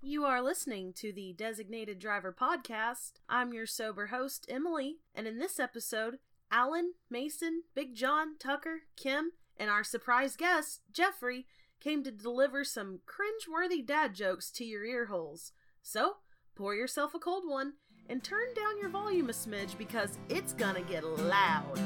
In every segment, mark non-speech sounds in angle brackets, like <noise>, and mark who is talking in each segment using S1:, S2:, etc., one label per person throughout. S1: You are listening to the Designated Driver Podcast. I'm your sober host, Emily, and in this episode, Alan, Mason, Big John, Tucker, Kim, and our surprise guest, Jeffrey, came to deliver some cringe-worthy dad jokes to your ear holes. So, pour yourself a cold one and turn down your volume a smidge because it's gonna get loud.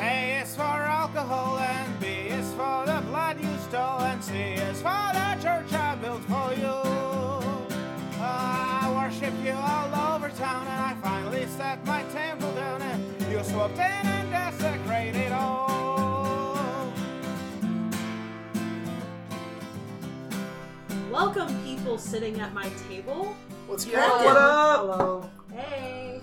S2: A is for alcohol and B is for the blood you stole and C is for the church I built for you. I worship you all over town and I finally set my temple down and you swooped in and desecrated all.
S1: Welcome, people sitting at my table.
S2: What's
S1: Yeah. cracking? What
S2: up? Hello.
S1: Hey.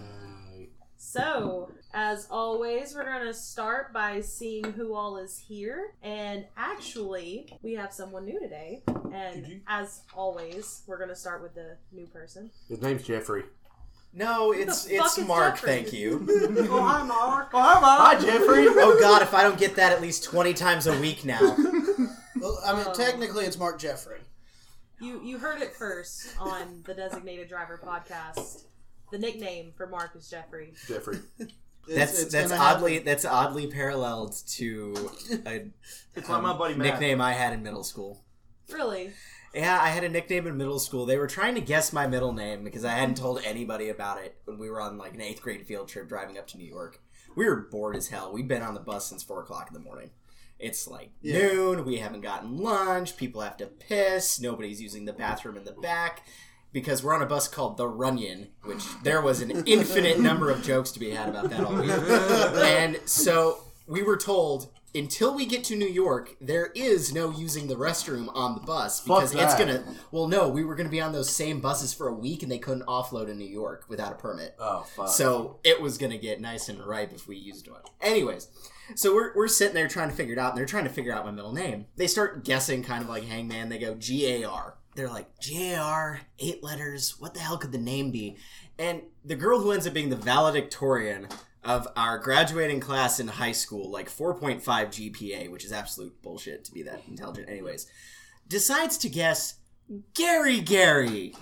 S1: So, as always, we're going to start by seeing who all is here. And actually, we have someone new today.
S3: Did
S1: And
S3: you?
S1: as always, we're going to start with the new person.
S4: His name's Jeffrey.
S3: No, it's
S1: the fuck
S3: it's
S1: is
S3: Mark.
S1: Jeffrey?
S3: Thank you.
S2: Oh, hi, Mark.
S4: Hi,
S5: <laughs>
S4: Jeffrey.
S3: oh God, if I don't get that at least twenty times a week now.
S5: Well, I mean,
S1: Oh.
S5: technically, it's Mark Jeffrey.
S1: You you heard it first on the Designated Driver podcast. The nickname for Mark is Jeffrey.
S4: Jeffrey.
S5: It's-
S3: That's
S5: it's
S3: that's
S5: gonna
S3: oddly
S5: happen.
S3: that's oddly paralleled to a
S4: It's
S3: um, nickname I had in middle school.
S1: Really?
S3: Yeah, I had a nickname in middle school. They were trying to guess my middle name because I hadn't told anybody about it when we were on like an eighth grade field trip driving up to New York. We were bored as hell. We'd been on the bus since four o'clock in the morning. It's like
S5: Yeah.
S3: noon. We haven't gotten lunch. People have to piss. Nobody's using the bathroom in the back because we're on a bus called the Runyon, which there was an infinite number of jokes to be had about that all week. and so we were told until we get to New York, there is no using the restroom on the bus because it's
S4: that.
S3: gonna. Well, no, we were gonna be on those same buses for a week, and they couldn't offload in New York without a permit.
S4: Oh, fuck.
S3: So it was gonna get nice and ripe if we used one. Anyways, so we're, we're sitting there trying to figure it out, and they're trying to figure out my middle name. They start guessing, kind of like Hangman. They go G A R. They're like G A R, eight letters. What the hell could the name be? And the girl who ends up being the valedictorian of our graduating class in high school, like 4.5 GPA, which is absolute bullshit to be that intelligent, anyways, decides to guess Gary Gary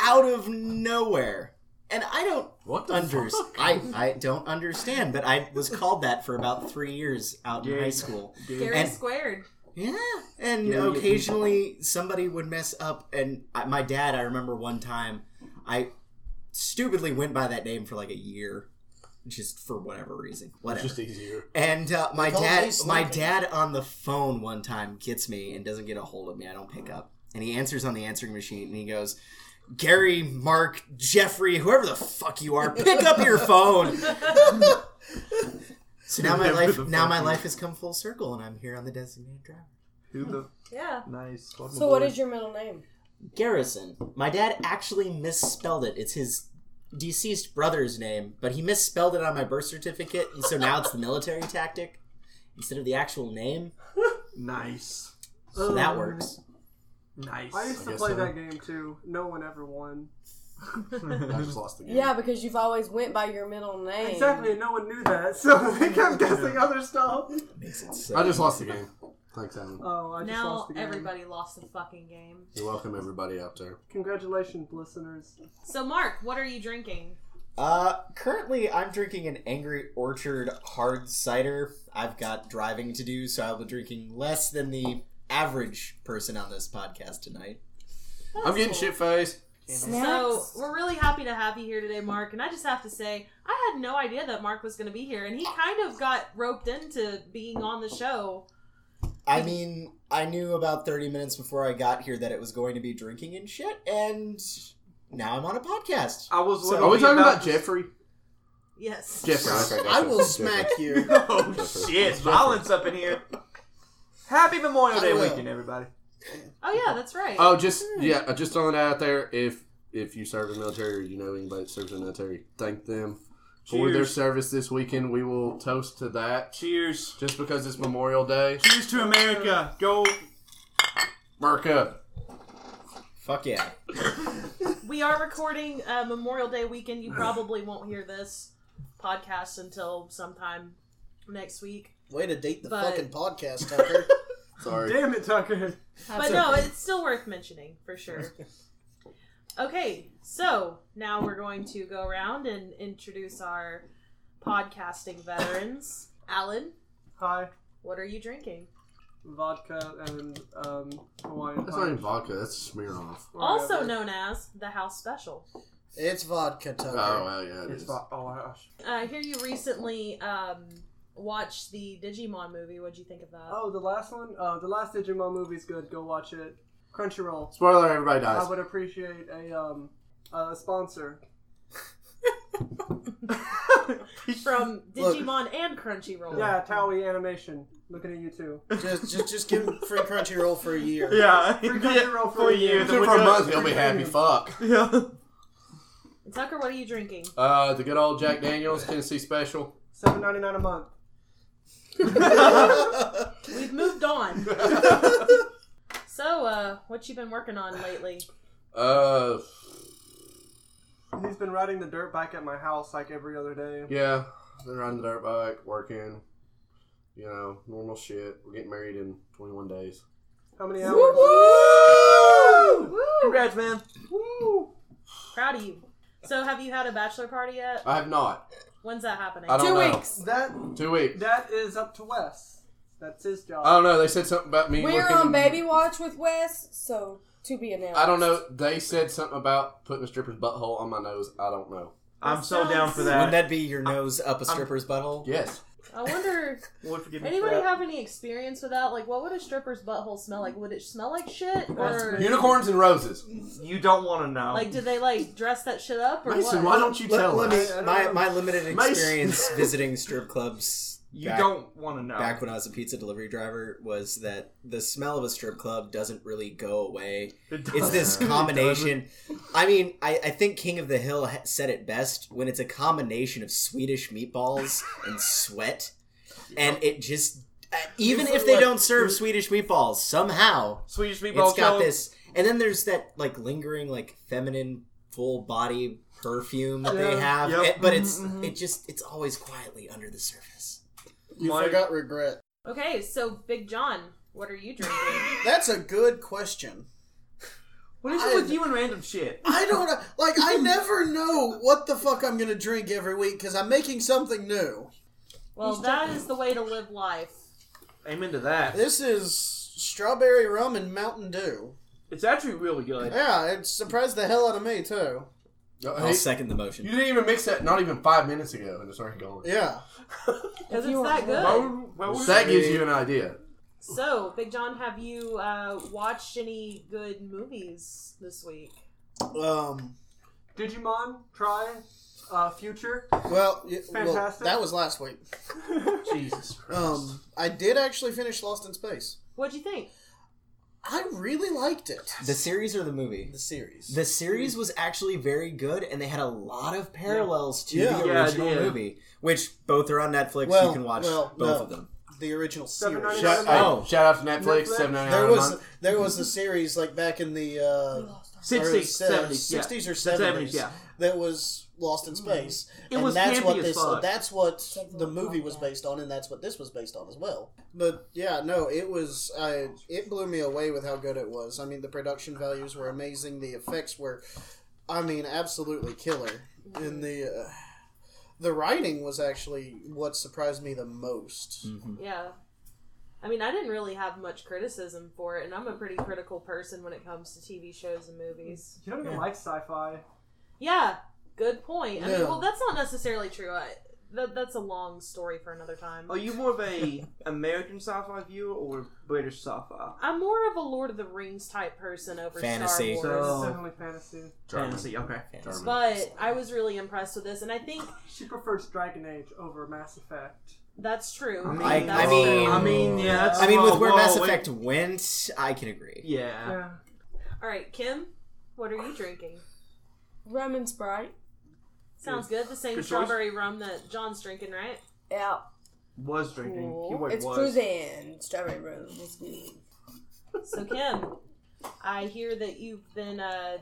S3: out of nowhere. And I don't
S4: what the
S3: unders
S4: fuck? <laughs>
S3: I, I don't understand, but I was called that for about three years out in
S4: Gary-
S3: high school.
S1: Gary
S3: And-
S1: squared.
S3: Yeah, and
S4: Yeah, you-
S3: occasionally somebody would mess up, and I, my dad. I remember one time, I stupidly went by that name for like a year, just for whatever reason,
S4: It's
S3: whatever.
S4: just easier.
S3: And uh, my
S5: call
S3: dad,
S5: me
S3: my
S5: Slippy.
S3: dad on the phone one time gets me and doesn't get a hold of me. I don't pick up, and he answers on the answering machine, and he goes. Gary, Mark, Jeffrey, whoever the fuck you are, pick up your <laughs> phone. So now my
S4: Whoever
S3: life,
S4: the
S3: now
S4: fuck
S3: my
S4: you-
S3: life has come full circle, and I'm here on the designated driver.
S4: Who the
S1: Yeah.
S4: nice?
S6: So what is your middle name?
S3: Garrison. My dad actually misspelled it. It's his deceased brother's name, but he misspelled it on my birth certificate, and so now it's the military tactic instead of the actual name.
S7: Nice.
S3: So that works.
S7: Nice.
S8: I used
S4: I
S8: to
S4: guess
S8: play
S4: so.
S8: that game too. No one ever won.
S4: I just lost the game.
S6: Yeah, because you've always went by your middle name.
S8: Exactly, and no one knew that, <laughs> so they kept guessing other stuff.
S3: Makes sense.
S4: I just lost the game. Thanks, Alan.
S8: Oh, <laughs> I just
S1: Now
S8: lost the game.
S1: everybody lost the fucking game.
S4: You're welcome, everybody out there.
S8: Congratulations, listeners.
S1: So Mark, what are you drinking?
S3: Uh, currently I'm drinking an Angry Orchard hard cider. I've got driving to do, so I'll be drinking less than the average person on this podcast tonight.
S4: I'm getting shit faced.
S1: So
S6: Snacks?
S1: we're really happy to have you here today, Mark. And I just have to say, I had no idea that Mark was going to be here, and he kind of got roped into being on the show.
S3: I mean, I knew about 30 minutes before I got here that it was going to be drinking and shit, and now I'm on a podcast.
S8: I was.
S3: So-
S8: literally
S4: Are we talking about
S8: to-
S4: Jeffrey?
S1: Yes.
S4: Jeffrey. okay, gotcha.
S5: I will
S4: Jeffrey.
S5: smack you.
S7: <laughs> oh shit! Violence up in here. Happy Memorial
S5: I
S7: Day
S5: will.
S7: weekend, everybody.
S1: Oh yeah, that's right.
S4: <laughs> Oh, just yeah, uh, just throwing it out there. If if you serve in the military or you know anybody that serves in the military, thank them for their
S7: Cheers.
S4: service this weekend. We will toast to that.
S7: Cheers.
S4: Just because it's Memorial Day,
S7: Cheers to America. Go.
S4: America.
S3: Fuck yeah.
S1: We are recording uh, Memorial Day weekend. You probably won't hear this podcast until sometime next week.
S5: Way to date the
S1: But-
S5: fucking podcast, Tucker.
S4: Sorry.
S8: Damn it, Tucker.
S9: But no, it's still worth mentioning for sure. Okay, so now we're going to go around and introduce our podcasting veterans. Alan,
S8: Hi.
S9: what are you drinking?
S8: Vodka and um, Hawaiian.
S4: That's not even
S8: punch.
S4: vodka. That's Smirnoff.
S9: Also
S8: Whatever.
S9: known as the House Special.
S5: it's vodka,
S4: Oh
S5: Tucker.
S4: well, yeah, it
S8: It's
S4: is.
S8: vo- oh my gosh.
S1: uh,
S9: I hear you recently um, watched the Digimon movie. What'd you think of that?
S8: Oh, the last one. Uh, the last Digimon movie's good. Go watch it. Crunchyroll.
S4: Spoiler: Everybody dies.
S8: I would appreciate a um a sponsor.
S9: From
S5: Look.
S9: Digimon and Crunchyroll.
S8: Yeah, Towie Animation. Looking at
S4: <laughs>
S8: you too.
S5: Just, just, just give him free Crunchyroll for a year.
S7: Yeah.
S8: Free Crunchyroll for
S7: For
S8: a
S7: you.
S8: year.
S4: Two for a month, he'll be
S8: <laughs>
S4: happy. Fuck.
S7: Yeah.
S9: Tucker, what are you drinking? <laughs>
S4: Uh, the good old Jack Daniels Tennessee Special. <laughs>
S8: Seven ninety nine a month.
S9: We've moved on. so, uh, what you been working on lately?
S4: Uh,
S8: He's been riding the dirt bike at my house like every other day.
S4: yeah, been riding the dirt bike, working. You know, normal shit. We're getting married in 21 days.
S8: How many hours?
S7: Congrats, man.
S9: Proud of you. So, have you had a bachelor party yet?
S4: I have not.
S9: When's that happening?
S4: I don't
S9: Two
S4: know.
S9: weeks.
S8: That
S4: Two weeks.
S8: that is up to Wes. That's his job.
S4: I don't know. They said something about me.
S6: We're
S4: looking-
S6: on baby watch with Wes, so to be announced.
S4: I don't know. They said something about putting a stripper's butthole on my nose. I don't know.
S7: I'm so down for
S3: Wouldn't
S7: that.
S3: that be your nose up a stripper's butthole?
S4: Yes.
S9: I wonder.
S7: Lord forgive me for
S9: Anybody
S7: that.
S9: have any experience with that? Like, what would a stripper's butthole smell like? Would it smell like shit, or
S4: Unicorns and roses.
S7: You don't want to know.
S9: like did they like dress that shit up, or
S4: Mason, why
S9: what?
S4: don't you
S3: Let-
S4: tell
S3: let
S4: us?
S3: me- my, my limited
S7: <laughs>
S4: Mace-
S3: experience visiting strip clubs
S7: you
S3: back-
S7: don't want to know.
S3: back when I was a pizza delivery driver was that the smell of a strip club doesn't really go away.
S7: <laughs> It
S3: It's this
S7: doesn't.
S3: combination. I mean, I, I think King of the Hill ha- said it best when it's a combination of Swedish meatballs and sweat, and it just uh, even if they don't serve Swedish meatballs, somehow
S7: Swedish meatball
S3: it's got
S7: cone.
S3: this. And then there's that like lingering like feminine full body perfume that they
S8: Yeah,
S3: have,
S7: yep.
S3: it- but it's
S7: Mhm, mhm.
S3: it just it's always quietly under the surface.
S5: You
S7: Mike-
S5: forgot regret.
S9: Okay, so Big John, what are you
S4: <laughs>
S9: drinking?
S5: That's a good question.
S7: What is it with you and random shit?
S5: I don't know. Like, I never know what the fuck I'm gonna drink every week because I'm making something new.
S9: well, that is the way to live life.
S7: I'm into that.
S5: This is strawberry rum and Mountain Dew.
S7: It's actually really good.
S5: Yeah, it surprised the hell out of me too.
S4: Oh,
S3: I'll
S4: hey,
S3: second the
S4: you
S3: motion.
S4: didn't even mix that not even five minutes ago, and it's already gone.
S9: <laughs>
S5: Yeah,
S9: Because it's that good.
S7: Well, well,
S4: That gives you an idea.
S9: So, Big John, have you uh, watched any good movies this week?
S5: um,
S8: Digimon, try, uh, future.
S5: well, y- well,
S8: Fantastic.
S5: that was last week.
S7: Jesus Christ.
S5: Um, I did actually finish Lost in Space.
S9: What'd you think?
S5: I really liked it.
S3: The series or the movie?
S5: The series.
S3: The series was actually very good, and they had a lot of parallels to
S5: Yeah.
S3: the
S7: Yeah, it
S3: original
S7: did.
S3: movie, which both are on Netflix.
S5: Well,
S3: you can watch
S5: well,
S3: both
S5: no.
S3: of them.
S5: the original series.
S8: $7.99
S4: Shout,
S8: a month.
S3: Oh.
S4: hey, shout out to Netflix,
S8: Netflix.
S4: seven ninety
S5: There
S4: nine a
S5: was
S4: month.
S5: there was a series like back in the uh,
S7: 60s, 70s. yeah.
S5: 60s or
S7: 70s,
S5: 70s,
S7: yeah.
S5: that was Lost in Space.
S7: It
S5: and
S7: was
S5: that's
S7: campy
S5: what
S7: as
S5: this
S7: fuck.
S5: that's what the movie was based on and that's what this was based on as well. But yeah, no, it was I it blew me away with how good it was. I mean, the production values were amazing, the effects were I mean, absolutely killer. And the uh, the writing was actually what surprised me the most.
S9: Yeah. I mean, I didn't really have much criticism for it, and I'm a pretty critical person when it comes to TV shows and movies.
S8: You don't even like sci-fi.
S9: Yeah, good point. I mean,
S5: Yeah.
S9: well, that's not necessarily true. I, that, that's a long story for another time.
S7: Are you more of a <laughs> American sci-fi viewer or British sci-fi?
S9: I'm more of a Lord of the Rings type person over
S3: Fantasy.
S9: Star Wars.
S7: Oh.
S8: It's definitely fantasy.
S4: German.
S7: Fantasy, okay.
S4: German.
S9: But I was really impressed with this, and I think
S8: She prefers Dragon Age over Mass Effect.
S9: that's true.
S3: I- I
S9: that's
S3: mean-
S9: fair.
S7: I mean, yeah. That's,
S3: I mean, with
S7: whoa,
S3: where
S7: whoa,
S3: Mass
S7: wait.
S3: Effect went, I can agree.
S7: Yeah.
S8: Yeah.
S9: all right, Kim, what are you drinking?
S6: Rum and Sprite.
S9: Sounds good. The same
S7: Good choice.
S9: strawberry rum that John's drinking, right?
S6: Yeah.
S7: Was drinking. Keyword
S6: It's
S7: was.
S6: cruising. Strawberry rum. It's good.
S9: So Kim, I hear that you've been uh,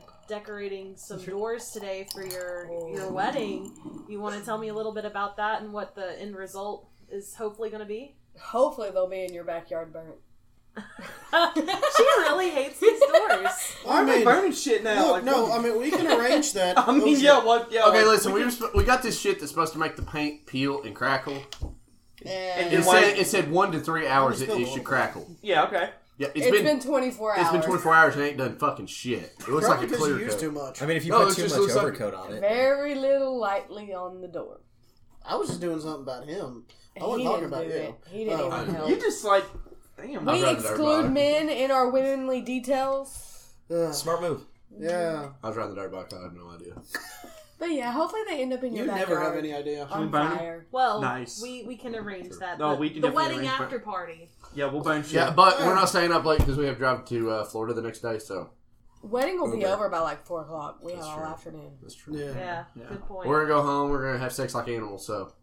S3: <laughs>
S9: decorating some doors today for your
S3: Oh.
S9: your wedding. You want to tell me a little bit about that and what the end result is hopefully going to be? <laughs>
S6: Hopefully they'll be in your backyard burnt.
S9: she really hates these doors.
S8: Why are
S5: I
S8: they
S5: mean,
S8: burning shit now?
S5: Look,
S8: Like,
S5: Oh, no,
S8: what
S5: I mean we can arrange that.
S8: the-
S7: <laughs>
S8: I mean,
S5: Those-
S8: yeah, what? Yeah.
S4: Okay,
S7: Oh,
S8: like,
S4: listen, we, were, sp- we got this shit that's supposed to make the paint peel and crackle.
S6: And
S4: It
S8: And
S4: said,
S8: why-
S4: it said one to three hours it,
S5: still
S4: it
S5: going.
S4: should crackle.
S8: Yeah. Okay.
S4: Yeah,
S6: it's
S4: been,
S6: been, 24 hours.
S4: it's been 24 hours and it ain't done fucking shit. It looks
S5: Probably
S4: like a
S5: because you
S4: clear
S5: used
S4: coat.
S5: too much.
S3: I mean, if you
S4: No,
S3: put
S4: it
S3: too much
S4: just looks like-
S3: overcoat on it,
S6: Very little lightly on the door.
S5: I was just doing something about him. I
S6: he
S5: wasn't
S6: didn't
S5: talking about
S6: do
S5: you.
S6: it. He didn't
S5: Oh.
S6: even help.
S8: You just like, damn.
S4: I'd
S6: we
S4: rather
S6: exclude
S4: everybody.
S6: men in our womenly details.
S5: Ugh,
S3: smart move.
S5: yeah,
S4: I was riding the dirt bike. I have no idea.
S6: But yeah, hopefully they end up in
S5: you
S6: your backyard.
S5: never have any idea.
S6: on
S8: Can we burn 'em?
S6: fire.
S9: Well,
S8: Nice.
S9: we we can arrange that.
S8: No,
S9: the,
S8: we can
S9: the
S8: definitely
S9: wedding
S8: arrange
S9: after party.
S8: Yeah, we'll burn shit.
S4: Yeah, but we're not staying up late because we have to drive to uh, Florida the next day, so
S6: Wedding will be
S4: Okay.
S6: over by like 4 o'clock. We
S4: That's
S6: have all
S4: true.
S6: afternoon.
S4: that's true.
S5: Yeah.
S9: Yeah, good point.
S4: We're gonna go home. We're gonna have sex like animals. So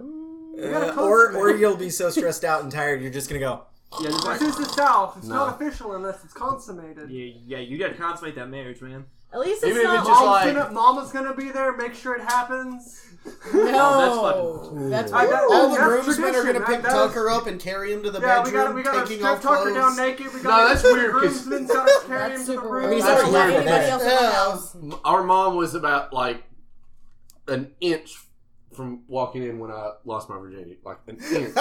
S6: Mm,
S3: Uh, or, or you'll be so stressed out and tired, you're just gonna go.
S8: Yeah, this is the South. It's
S4: No.
S8: not official unless it's consummated.
S7: Yeah, yeah, you gotta consummate that marriage, man.
S9: At least it's
S4: Even if
S9: not
S4: it's just
S8: Mom's,
S4: like-
S8: gonna, Mama's gonna be there. Make sure it happens.
S7: Oh,
S6: No.
S4: fucking-
S6: that's
S8: I got-
S5: All the
S8: That's
S5: groomsmen are
S8: tradition,
S5: gonna
S8: that-
S5: pick
S8: that is-
S5: Tucker up and carry him to the
S8: Yeah, we gotta
S5: bedroom,
S8: we gotta
S5: taking
S8: strip
S5: off
S8: Tucker
S5: clothes.
S8: down naked. We gotta
S4: No, that's weird, 'cause-
S8: Groomsmen's
S5: <laughs>
S8: gotta carry him
S6: That's
S8: to the
S6: super
S8: room.
S6: weird.
S3: mean, he's
S6: I don't
S3: already
S6: want
S3: married, but
S6: anybody
S3: that-
S6: else in the
S5: Yeah.
S6: house.
S4: our mom was about like an inch from walking in when I lost my virginity, like an inch.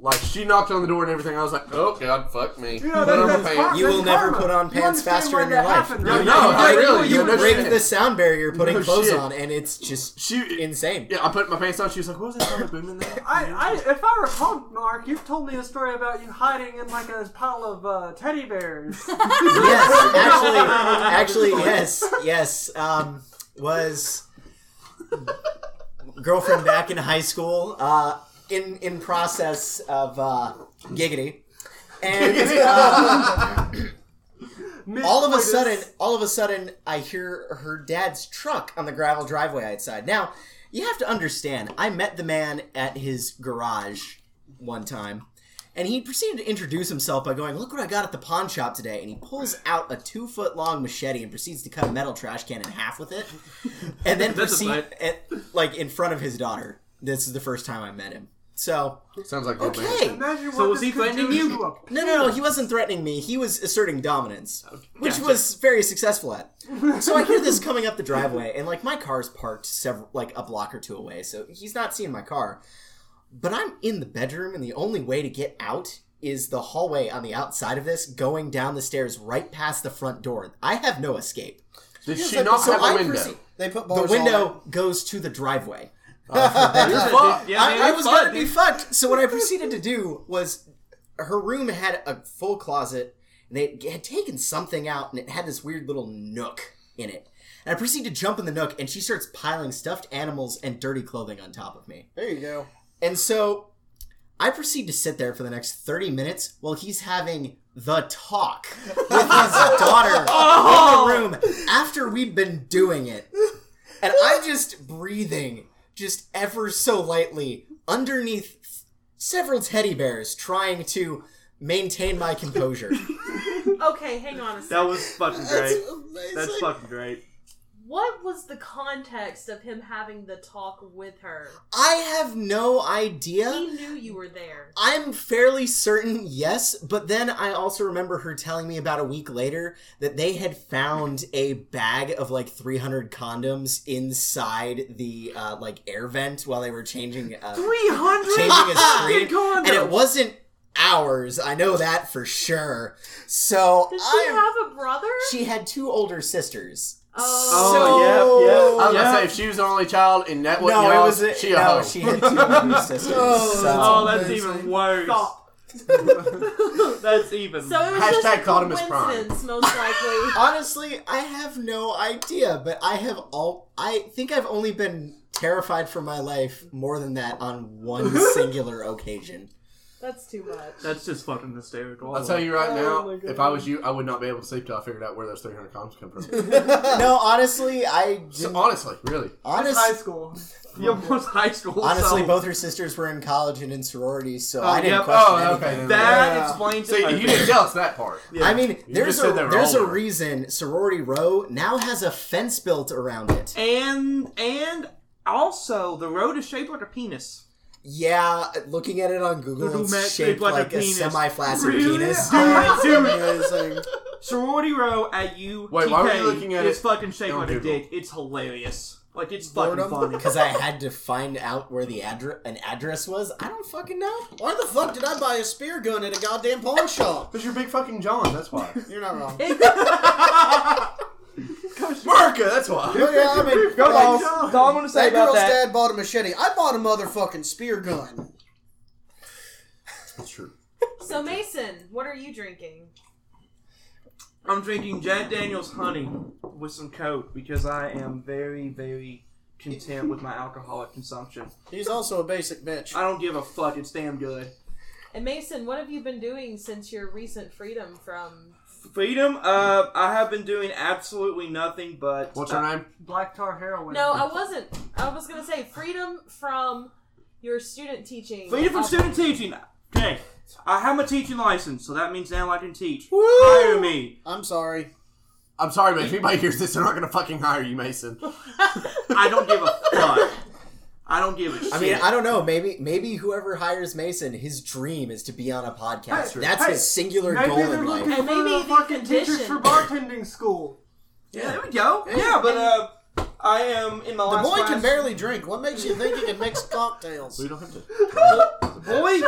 S4: like she knocked on the door and everything. I was like, oh god, fuck me.
S8: You know,
S4: Put
S8: that,
S4: on my
S8: that's
S4: pants.
S8: karma.
S3: You will
S8: That's
S3: never
S8: karma.
S3: put on
S8: You
S3: pants
S8: understand
S3: faster
S8: why
S3: in your
S8: that
S3: life.
S8: happened,
S4: No,
S8: right?
S4: no, I really-
S3: you
S4: you
S3: break
S4: understand.
S3: the sound barrier putting
S4: No
S3: clothes
S4: shit.
S3: on, and it's just
S4: She-
S3: insane.
S4: Yeah, I put my pants on. She was like, what was that song booming there?
S8: I, I, if I recall, Mark, you've told me a story about you hiding in like a pile of uh, teddy bears.
S3: yes, actually, actually, yes, yes. Um, was girlfriend back in high school. Uh, in in process of uh, giggity, and uh, all of a sudden, all of a sudden, I hear her dad's truck on the gravel driveway outside. Now, you have to understand, I met the man at his garage one time. And he proceeded to introduce himself by going, Look what I got at the pawn shop today. And he pulls out a two foot long machete and proceeds to cut a metal trash can in half with it. And then
S4: <laughs> That's a
S3: proceed, at, like, in front of his daughter. This is the first time I met him. So,
S4: Sounds like good man.
S3: okay.
S8: Imagine
S7: So
S8: what
S7: was
S8: this
S7: he
S8: could
S7: threatening
S8: do
S7: you?
S8: to a-
S3: No, no, no. He wasn't threatening me. He was asserting dominance, which was very successful at. So I hear this coming up the driveway, and like my car's parked several, like a block or two away, so he's not seeing my car. But I'm in the bedroom, and the only way to get out is the hallway on the outside of this, going down the stairs right past the front door. I have no escape.
S4: Did she
S5: like,
S4: not
S5: so
S4: have a
S5: I
S4: window?
S5: perceive- They put
S3: The
S5: bars
S3: window goes to the driveway.
S7: Fuck. Yeah, man,
S3: I, I
S7: that's
S3: was
S7: fun,
S3: gonna be
S7: dude.
S3: fucked. So what I proceeded to do was, her room had a full closet, and they had taken something out, and it had this weird little nook in it. And I proceed to jump in the nook, and she starts piling stuffed animals and dirty clothing on top of me.
S5: On. There you go.
S3: And so, I proceed to sit there for the next thirty minutes while he's having the talk with his
S7: <laughs>
S3: daughter
S7: Oh!
S3: in the room after we'd been doing it. And I'm just breathing, just ever so lightly, underneath several teddy bears, trying to maintain my composure.
S9: Okay, hang on a second.
S7: That was fucking great.
S5: amazing.
S7: That's fucking great.
S9: What was the context of him having the talk with her?
S3: I have no
S9: He
S3: idea.
S9: knew you were there.
S3: I'm fairly certain, yes, but then I also remember her telling me about a week later that they had found a bag of like 300 condoms inside the uh, like air vent while they were changing uh,
S8: Three
S4: <laughs>
S3: changing a
S8: hundred
S3: screen,
S8: condoms.
S3: and it wasn't ours. I know that for sure. So
S9: Does she
S3: Oh, I
S9: have a brother?
S3: she had two older sisters.
S7: Oh,
S4: I was
S7: Yeah.
S4: gonna say if she was the only child and that
S3: So-
S4: wasn't
S3: no, it
S4: y'all,
S3: was
S4: she a
S3: no,
S4: hoe.
S3: she had two
S4: <laughs>
S3: older sisters.
S5: Oh,
S3: so-
S5: that's
S7: Oh, that's
S5: amazing.
S7: even worse.
S8: Stop.
S7: <laughs> That's even.
S9: So it was
S4: Hashtag
S9: just a
S4: caught him as prime.
S9: coincidence, most likely.
S3: <laughs> Honestly, I have no idea, but I have all. I think I've only been terrified for my life more than that on
S4: <laughs>
S3: one singular occasion.
S9: That's too much.
S7: That's just fucking hysterical.
S4: I'll tell you right
S8: Oh my
S4: now,
S8: God.
S4: if I was you, I would not be able to sleep till I figured out where those 300 condoms come
S8: <laughs>
S4: from.
S3: No, honestly, I
S4: <laughs> so,
S3: didn't.
S4: honestly, really.
S8: That's
S3: honest,
S8: high school.
S7: You almost high school.
S3: honestly,
S7: so-
S3: both her sisters were in college and in sororities, so
S7: Oh,
S3: I didn't
S7: yep.
S3: question
S4: Oh,
S3: anything.
S4: okay.
S7: That
S5: Yeah.
S7: explains
S4: So
S7: it.
S4: you didn't tell us that part.
S7: Yeah.
S3: I mean, there's
S4: just said they
S3: a
S4: were
S3: there's a
S4: older.
S3: reason sorority row now has a fence built around it.
S7: And and also the road is shaped like a penis.
S3: Yeah, looking at it on Google,
S7: Little
S3: it's
S7: Mac shaped
S3: shaped
S7: like a
S3: like a,
S7: penis.
S3: semi-flaccid
S7: Really?
S3: penis. <laughs>
S7: Do it, do it.
S5: Amazing.
S7: Sorority row at you.
S4: Wait, why were you looking at
S7: It's
S4: it
S7: fucking shaped
S4: on
S7: like a
S4: Google?
S7: dick. It's hilarious. Like it's fucking
S5: Boredom?
S7: funny.
S3: Because I had to find out where the address an address was. I don't fucking know.
S5: Why the fuck did I buy a spear gun at a goddamn pawn shop?
S4: Because you're big fucking John, that's <laughs> why.
S5: You're not wrong.
S4: America, that's why.
S5: But yeah, I mean,
S7: Go
S5: like,
S7: on. That's all I'm gonna say
S5: that
S7: about
S5: girl's
S7: that.
S5: dad bought a machete. I bought a motherfucking spear gun.
S4: That's true.
S9: So Mason, what are you drinking?
S7: I'm drinking Jack Daniel's honey with some Coke because I am very, very content with my alcoholic consumption.
S5: He's also a basic bitch.
S7: I don't give a fuck. It's damn good.
S9: And Mason, what have you been doing since your recent freedom from?
S7: Freedom. Uh, I have been doing absolutely nothing but. uh,
S4: What's her name?
S8: Black tar heroin.
S9: No, I wasn't. I was gonna say freedom from your student teaching.
S7: Freedom from
S9: I'll-
S7: student teaching. Okay, I have my teaching license, so that means now I can teach. Hire me.
S5: I'm sorry.
S4: I'm sorry, but if anybody hears this, they're not gonna fucking hire you, Mason.
S7: I don't give a fuck. I don't give a shit.
S3: I mean, I don't know. Maybe maybe whoever hires Mason, his dream is to be on a podcast.
S8: Hey,
S3: That's
S8: hey,
S3: his singular
S8: Maybe
S3: goal
S8: they're
S3: in
S8: looking
S3: life.
S9: And
S8: for
S9: maybe
S8: the
S9: the
S8: fucking teachers
S9: condition-
S8: for
S7: <laughs>
S8: bartending school. <laughs>
S7: yeah, there we go. Yeah, but uh, I am in my
S5: The
S7: last
S5: boy
S7: class.
S5: can barely drink. What makes you think he can mix <laughs> cocktails?
S4: <laughs> We don't have to.
S7: Boy,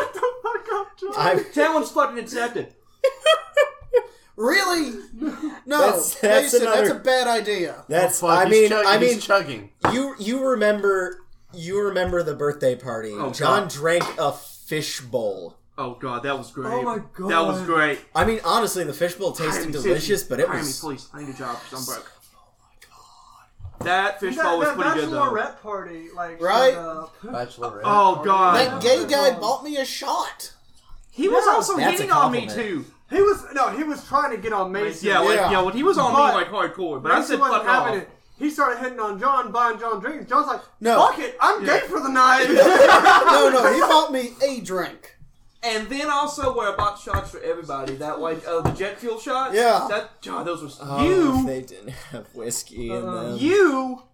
S7: Oh,
S3: I,
S7: challenge fucking accepted.
S5: Really? No,
S3: That's- that's
S5: Mason, that's a
S3: another-
S5: bad idea.
S3: that's.
S4: Oh, Fuck,
S3: I
S4: he's
S3: mean,
S4: chugging,
S3: I mean,
S4: he's chugging.
S3: you you remember you remember the birthday party?
S7: Oh,
S3: John
S7: God.
S3: drank a fishbowl.
S7: Oh god, that was great.
S8: Oh my
S7: that was
S8: God.
S7: great.
S3: I mean, honestly, the fishbowl tasted
S7: Miami,
S3: delicious,
S7: Sydney.
S3: but it
S7: Miami,
S3: was Oh,
S7: please, I need a job because I'm broke. That fishbowl
S8: That,
S7: was
S8: that
S7: pretty good though.
S8: bachelorette party, like
S5: Right?
S8: showed up.
S4: Bachelorette.
S7: Oh
S5: That
S7: god,
S5: gay guy bought me a shot.
S7: he was
S8: Yeah,
S7: also
S3: that's a
S7: hitting on me
S3: compliment.
S7: too.
S8: He was no, he was trying to get on Mason.
S7: Yeah, like,
S5: Yeah.
S7: yeah, well, he was on me
S8: But-
S7: like hardcore, but I
S8: Mason
S7: said
S8: wasn't
S7: fuck
S8: having
S7: off.
S8: it. He started hitting on John, buying John drinks. John's like,
S5: No.
S8: "Fuck it, I'm gay for
S3: <laughs>
S8: the night."
S5: No, no, he bought me a drink.
S7: And then also where I bought shots for everybody. That like uh, the jet fuel shots.
S5: Yeah.
S7: That God, those were
S3: Oh, if
S7: you. Uh,
S3: they didn't have whiskey in them.
S7: You
S5: I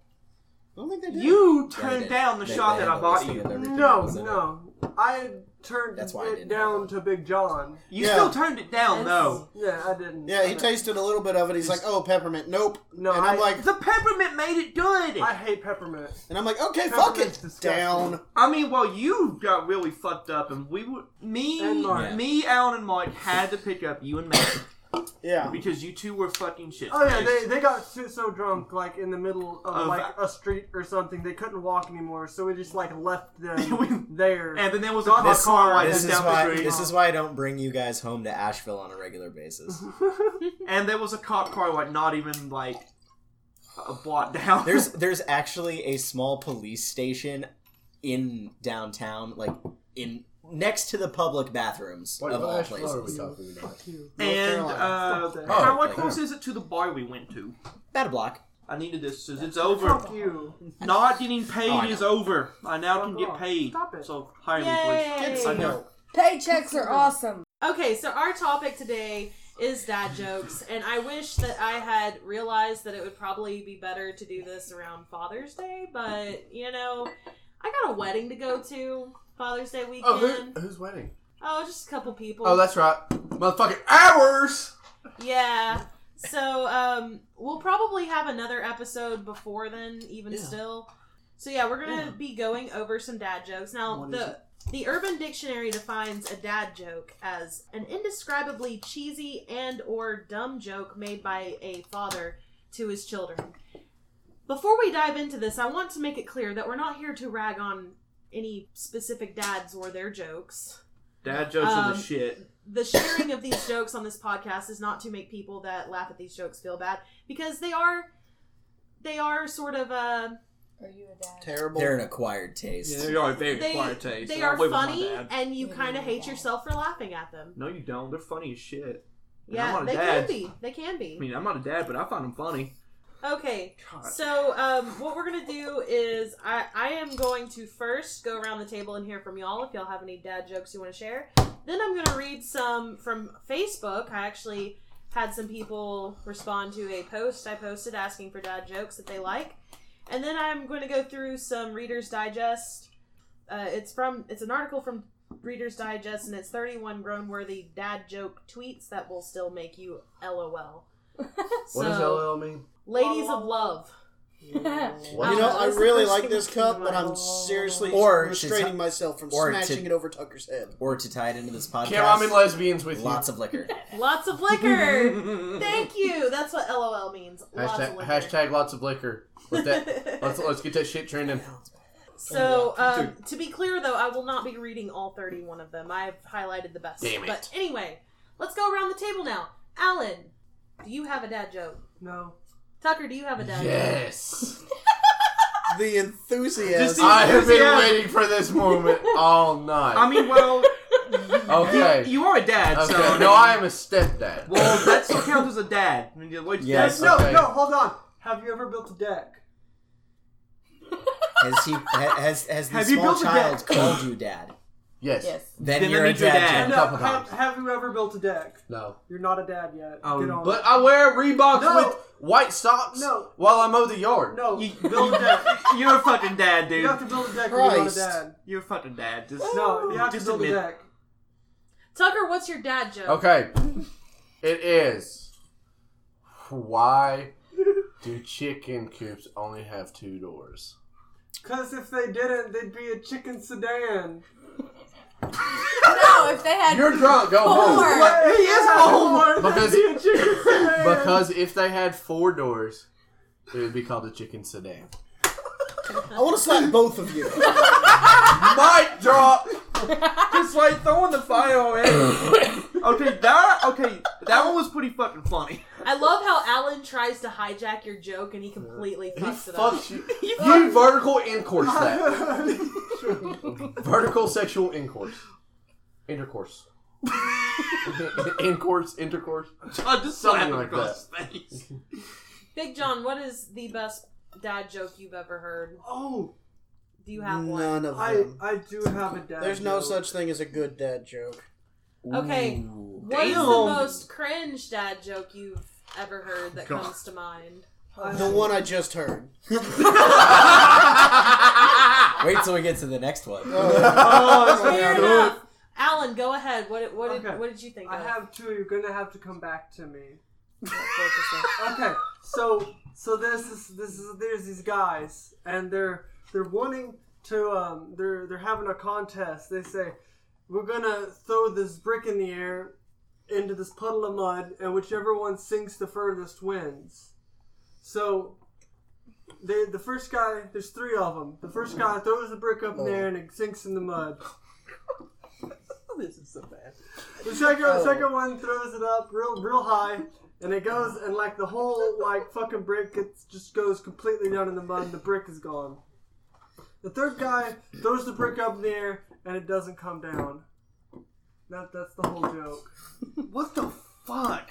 S5: don't think they did.
S3: Yeah,
S7: you
S3: they
S7: turned
S3: did.
S7: down the
S3: They-
S7: shot
S3: they
S7: that I
S3: had
S7: bought
S3: listing
S7: you.
S3: of everything that
S8: <laughs> no,
S3: was in it.
S8: no, I turned
S3: That's why I
S8: it
S3: didn't
S8: down to Big John.
S7: You
S5: Yeah.
S7: still turned it down though.
S8: Yeah, I didn't.
S5: Yeah, he
S8: I-
S5: tasted a little bit of it. He's like, "Oh, peppermint." Nope.
S8: No,
S5: and I'm
S8: I-
S5: like,
S7: The peppermint made it good.
S8: I
S7: I,
S8: hate peppermint.
S5: and I'm like, "Okay, fuck it."
S8: Peppermint's disgusting.
S5: Down.
S7: mean, well, you got really fucked up, and we were me,
S8: And Mark. Yeah.
S7: me, Alan, and Mike had to pick up you and Matt
S5: Yeah.
S7: because you two were fucking shit.
S8: Oh yeah, they, they got so, so drunk like in the middle of
S7: Of-
S8: like a street or something. They couldn't walk anymore, so we just like left
S7: We-
S8: them there.
S7: and then there was a
S8: This-
S7: car like
S3: This
S7: just
S3: is
S7: down the
S3: why
S7: street.
S3: this is why I don't bring you guys home to Asheville on a regular basis.
S7: and there was a cop car like not even like a block <laughs> down.
S3: There's there's actually a small police station in downtown, like in next to the public bathrooms
S4: What,
S3: of
S4: what
S3: all
S4: Asheville are we
S3: places.
S4: talking about?
S7: and uh,
S8: Carolina.
S4: Oh,
S7: how
S4: okay.
S7: close is it to the bar we went to?
S3: About a block.
S7: I needed this since it's over.
S8: Fuck you.
S7: Not getting paid
S3: Oh, I
S7: is
S3: know.
S7: over. I now can
S8: Fuck
S7: get
S8: off.
S7: paid.
S8: Stop it.
S7: So hire me, please.
S9: Yay!
S5: It's
S7: I know.
S5: no.
S6: Paychecks are awesome.
S9: Okay, so our topic today is dad jokes, and I wish that I had realized that it would probably be better to do this around Father's Day, but you know, I got a wedding to go to Father's Day weekend.
S4: Oh,
S9: Oh,
S4: who, who's wedding?
S9: just a couple people.
S4: Oh, that's right. Motherfucking hours!
S9: yeah. So um, we'll probably have another episode before then, even still. So yeah, we're gonna be going over some dad jokes now.
S7: What is
S9: the the Urban Dictionary defines a dad joke as an indescribably cheesy and or dumb joke made by a father to his children. Before we dive into this, I want to make it clear that we're not here to rag on any specific dads or their jokes
S7: Dad jokes are
S9: Um,
S7: the shit.
S9: the sharing of these jokes on this podcast is not to make people that laugh at these jokes feel bad because they are they are sort of uh
S6: Are you a dad?
S5: Terrible.
S3: They're an acquired taste.
S7: they are very
S9: they,
S7: acquired taste.
S9: they
S7: and I
S9: are
S7: live with my
S9: funny
S7: dad.
S9: and you
S6: Yeah,
S9: kind of
S6: yeah,
S9: hate
S6: yeah.
S9: yourself for laughing at them
S7: No, you don't. They're funny as shit. And I'm
S9: yeah
S7: not a
S9: they
S7: dad.
S9: can be they can be
S7: I mean, I'm not a dad, but I find them funny.
S9: okay
S7: God.
S9: so um what we're gonna do is i i am going to first go around the table and hear from y'all if y'all have any dad jokes you want to share then i'm gonna read some from facebook i actually had some people respond to a post I posted asking for dad jokes that they like. And then I'm going to go through some Reader's Digest Uh, it's from it's an article from Reader's Digest, and it's 31 grown-worthy dad joke tweets that will still make you LOL.
S4: What does
S9: So,
S4: LL mean?
S9: Ladies of Love.
S5: You
S9: Um,
S5: know, I
S9: it's the
S5: really
S9: first
S5: like
S9: thing
S5: this
S9: that
S5: cup,
S9: came to
S5: but
S9: mind.
S5: I'm seriously
S3: Or
S5: restraining
S3: to-
S5: myself from
S3: or to-
S5: smashing it over Tucker's head.
S3: Or to tie it into this podcast,
S4: Can't ramen lesbians with
S3: lots of liquor.
S9: Lots of liquor. Thank you. That's what LOL means.
S4: you. Hashtag,
S9: lots of liquor.
S4: hashtag lots of liquor. Let
S9: <laughs>
S4: that, let's, let's get that shit trending.
S9: So, um, to be clear, though, I will not be reading all 31 of them. I've highlighted the best.
S4: Damn it.
S9: But anyway, let's go around the table now. Alan, do you have a dad joke?
S8: No.
S9: Tucker, do you have a dad joke? <laughs>
S4: Yes.
S5: The enthusiasm.
S4: I have been
S7: Yeah.
S4: waiting for this moment all night.
S7: I mean, well,
S4: okay.
S7: you are a dad,
S4: okay.
S7: so
S4: no, I am a stepdad.
S7: Well, that still counts as a dad. I mean, what's
S3: Yes.
S7: dad-
S8: No,
S4: Okay.
S8: no, hold on. Have you ever built a deck?
S3: Has he? ha- Has has the
S7: Have you
S3: small
S7: built a dad?
S3: child called you dad?
S4: yes.
S6: Yes.
S3: Then,
S7: Then I
S3: you're a
S7: need your
S3: dad.
S7: dad.
S3: Joe.
S8: No,
S4: couple
S8: have,
S4: times.
S8: have you ever built a deck?
S4: No.
S8: You're not a dad yet.
S7: Um,
S8: Get on.
S4: But I wear Reeboks
S8: No.
S4: with white socks
S8: No.
S4: while I mow the yard.
S8: no,
S7: You-
S8: build a deck.
S7: You're a fucking dad, dude.
S8: You have to build a deck when you're not a
S5: Christ.
S8: dad.
S7: You're a fucking dad. Just
S8: No, <laughs> you have to
S7: Just
S8: build a
S7: admit-
S8: deck.
S9: Tucker, what's your dad joke?
S4: Okay. it is. Why do chicken coops only have two doors?
S8: Because if they didn't, they'd be a chicken sedan.
S6: No, Oh, if they
S4: <laughs>
S6: had
S4: You're drunk. Go home.
S6: four.
S8: He is home.
S4: Because-
S8: be a chicken sedan.
S4: Because if they had four doors, it would be called a chicken sedan.
S5: I want to slap both of you.
S4: Mic drop.
S7: It's like throwing the fire away. okay, that okay, that one was pretty fucking funny.
S9: I love how Alan tries to hijack your joke and he completely
S4: You
S9: fucks it up.
S4: fuck you.
S9: <laughs>
S4: You vertical intercourse that. vertical sexual intercourse.
S9: <laughs>
S4: Intercourse. intercourse, intercourse.
S7: I just
S4: Something
S7: slapped him
S4: like
S7: across his face.
S9: Big John, what is the best dad joke you've ever heard?
S8: oh,
S9: Do you have one?
S5: None of
S8: I
S5: them.
S8: I do have a dad.
S5: There's no
S8: joke.
S5: such thing as a good dad joke.
S9: Okay.
S3: Ooh.
S9: What is the
S7: Damn.
S9: most cringe dad joke you've ever heard that
S7: God.
S9: comes to mind?
S8: I-
S5: The one I just heard.
S3: Wait till we get to the next one.
S8: Oh,
S9: Fair
S8: yeah.
S9: enough. Alan, go ahead. What what did
S8: Okay.
S9: what did you think?
S8: I
S9: of?
S8: have two. You're gonna have to come back to me.
S9: Focus
S8: okay, so so this is this is there's these guys and they're they're wanting to um they're they're having a contest. They say we're gonna throw this brick in the air into this puddle of mud, and whichever one sinks the furthest wins. So. They, the first guy, there's three of them. The first guy throws the brick up in there and it sinks in the mud.
S7: this is so bad.
S8: The second,
S6: Oh.
S8: second one throws it up real real high, and it goes and like the whole like fucking brick gets, just goes completely down in the mud, and the brick is gone. The third guy throws the brick up in the air, and it doesn't come down. That that's the whole joke.
S7: What the fuck?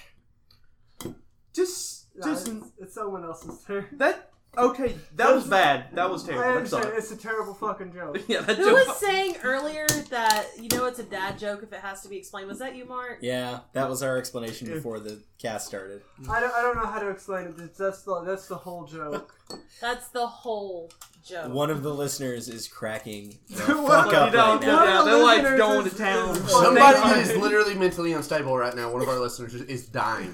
S7: Just
S8: Yeah,
S7: just
S8: it's, it's someone else's turn.
S7: that okay, that was bad. That was
S8: I
S7: terrible. That
S8: understand.
S7: sucked.
S8: It's a terrible fucking joke.
S7: <laughs> Yeah, that
S9: Who
S7: joke
S9: was saying earlier that you know it's a dad joke if it has to be explained? Was that you, Mark?
S3: <laughs> Yeah, that was our explanation before the cast started.
S8: I don't, I don't know how to explain it. That's- That's the that's the whole joke.
S9: That's the whole joke.
S3: One of the listeners is cracking the
S7: <laughs>
S8: What?
S3: fuck up
S7: You
S3: right
S7: don't
S3: now.
S8: One
S7: yeah,
S8: of the
S7: they're like
S8: listeners
S7: going
S8: is-
S7: to town.
S8: is-
S4: Somebody
S8: Thank
S4: that is
S8: you.
S4: literally mentally unstable right now, one of our listeners, is dying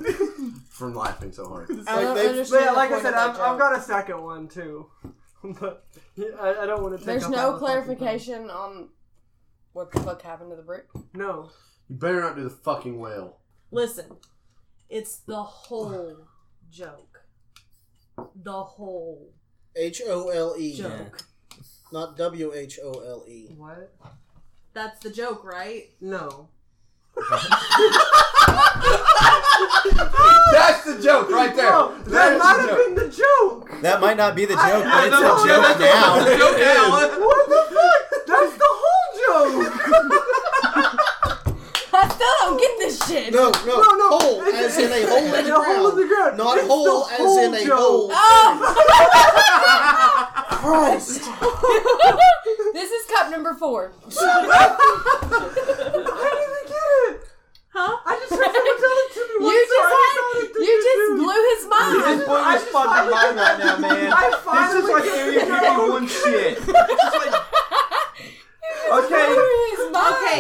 S4: from laughing so hard.
S6: I don't
S5: Like, they-
S8: But
S6: understand.
S8: yeah,
S6: the
S8: like I
S6: point of
S8: said,
S6: that
S8: I've,
S6: joke.
S8: I've got a second one too, <laughs> but yeah, I, I don't want to take.
S6: There's
S8: up
S6: no
S8: all the fucking time.
S6: clarification on what the fuck happened to the brick.
S8: No.
S4: You better not do the fucking whale.
S9: Listen, it's the whole joke. The whole
S5: H O L E,
S9: joke.
S5: not W H O L E.
S8: What?
S9: That's the joke, right?
S8: No.
S4: That's the joke right there.
S5: Oh,
S8: No, that
S4: That's
S8: might
S4: the
S8: have
S4: joke.
S8: been the joke.
S3: That might not be the joke, but it's
S7: no,
S3: a
S7: yeah,
S9: <laughs>
S7: that's
S3: joke now.
S7: the joke now.
S8: What the fuck? That's the whole joke.
S5: <laughs>
S6: I still don't get this shit.
S5: No, no,
S8: No, no.
S5: hole as in a hole in the
S8: <laughs> a hole in the
S5: ground.
S8: ground.
S5: Not
S8: It's
S5: hole
S8: the
S5: as
S8: whole
S5: in a
S8: joke.
S5: hole.
S6: Oh,
S5: Christ!
S6: this is cup number four.
S8: I didn't get it.
S9: Huh?
S8: I just heard someone tell it to me.
S6: You
S8: once,
S6: just
S8: so I
S6: had,
S8: decided to
S6: you just
S8: do it.
S6: blew his mind.
S7: This boy
S8: I
S7: was
S8: just
S7: fucking
S8: finally-
S7: lying right now, man.
S8: I
S7: This is
S8: finally
S7: like
S8: get
S7: area
S8: the joke.
S7: 51 shit. It's like
S4: <laughs>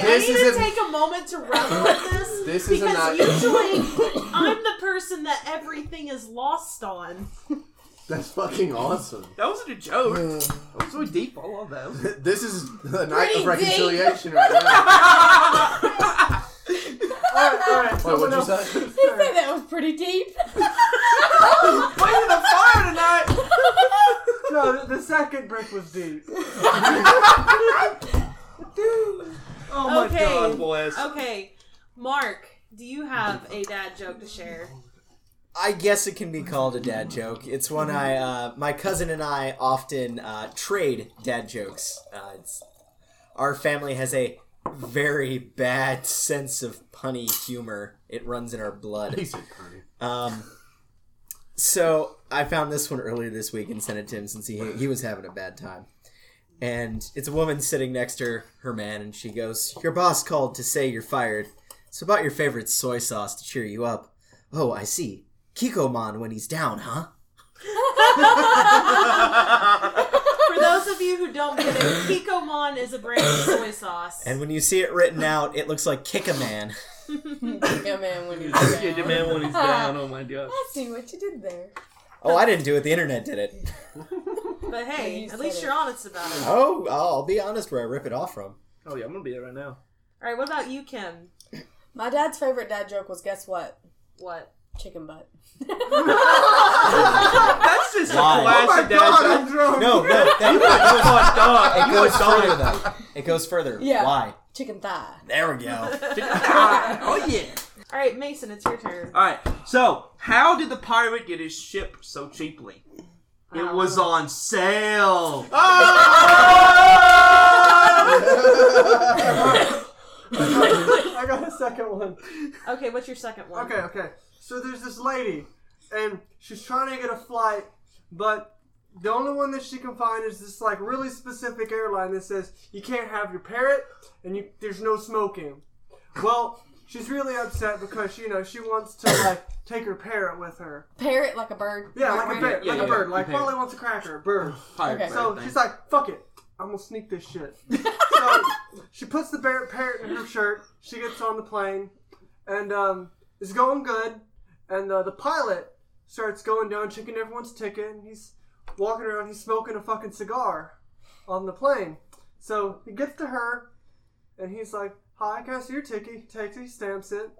S4: this is a night.
S9: Because usually I'm the person that everything is lost on.
S4: <laughs> That's fucking awesome.
S7: That wasn't a joke. that was so deep. I love that.
S4: This is a night
S9: Pretty
S4: of reconciliation right now.
S8: all right, all right.
S4: Wait,
S8: Someone
S4: what'd
S8: else.
S4: you say?
S8: All right.
S6: that was pretty deep.
S7: Playing the fire tonight.
S8: <laughs> No, the, the second brick was deep.
S6: <laughs>
S7: Oh my
S9: Okay.
S7: god, boys.
S9: Okay, Mark, do you have a dad joke
S6: <laughs>
S9: to share?
S3: I guess it can be called a dad joke. It's one I, uh, my cousin and I often uh, trade dad jokes. Uh, it's, our family has a very bad sense of punny humor. It runs in our blood.
S4: He said Connie.
S3: Um, so I found this one earlier this week and sent it to him since he he was having a bad time. And it's a woman sitting next to her, her man, and she goes, "Your boss called to say you're fired. It's about your favorite soy sauce to cheer you up." Oh, I see. Kikoman when he's down, huh?
S9: For those of you who don't get it, Kikomon is a brand of soy sauce.
S3: And when you see it wrting out, it looks like Kick a Man.
S6: yeah, man, when you
S7: Get the man when he's down.
S8: <laughs>
S7: Oh my god.
S6: I see what you did there.
S3: Oh, I didn't do it. The internet did it.
S9: but hey,
S6: You
S9: at least
S6: said
S9: you're honest about it.
S3: Oh, I'll be honest where I rip it off from.
S7: Oh yeah, I'm gonna be there right now.
S9: All right, what about you, Kim?
S6: My dad's favorite dad joke was guess what?
S9: What?
S6: Chicken butt.
S7: That's just
S3: Why?
S7: a
S4: Oh
S7: classic dad joke.
S4: drunk.
S3: No, no, that,
S7: Oh, dog.
S3: it goes further though. It goes further.
S6: Yeah.
S3: Why?
S6: Chicken thigh.
S3: There we go.
S7: oh yeah.
S9: All right, Mason, it's your turn.
S7: All right. So, how did the pirate get his ship so cheaply?
S8: Um,
S7: It was on sale.
S8: Uh, I got a second one.
S9: Okay, what's your second one?
S8: Okay, okay. So there's this lady, and she's trying to get a flight, but the only one that she can find is this like really specific airline that says you can't have your parrot, and you, there's no smoking. Well, she's really upset because you know she wants to like take her parrot with her.
S6: Parrot like a bird.
S8: Yeah, like a bird,
S7: yeah,
S8: like
S7: yeah,
S8: a bird,
S7: yeah,
S8: like
S7: you pay.
S8: Polly wants a cracker, a bird.
S7: Pirate
S6: Okay.
S8: So
S7: thing.
S8: she's like, fuck it. I'm gonna sneak this shit. so she puts the bear parrot in her shirt. She gets on the plane, and um, it's going good. And uh, the pilot starts going down, checking everyone's ticket. And he's walking around. He's smoking a fucking cigar on the plane. So he gets to her, and he's like, "Hi, can I see your ticket?" He takes it, he stamps it,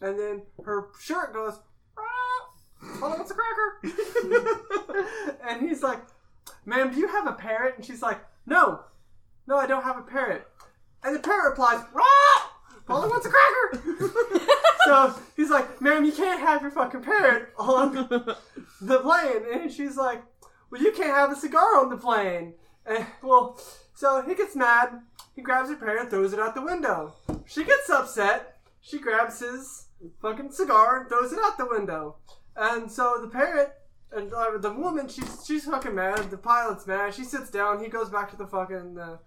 S8: and then her shirt goes. "Ah, Oh, that's a cracker. <laughs> and he's like, ma'am, do you have a parrot? And she's like, no, no, I don't have a parrot. And the parrot replies, Rah! Paula wants a cracker. <laughs> so he's like, ma'am, you can't have your fucking parrot on the plane. And she's like, well, you can't have a cigar on the plane. And, well, so he gets mad. He grabs her parrot, throws it out the window. She gets upset. She grabs his fucking cigar and throws it out the window. And so the parrot and uh, the woman, she's she's fucking mad. The pilot's mad. She sits down. He goes back to the fucking uh,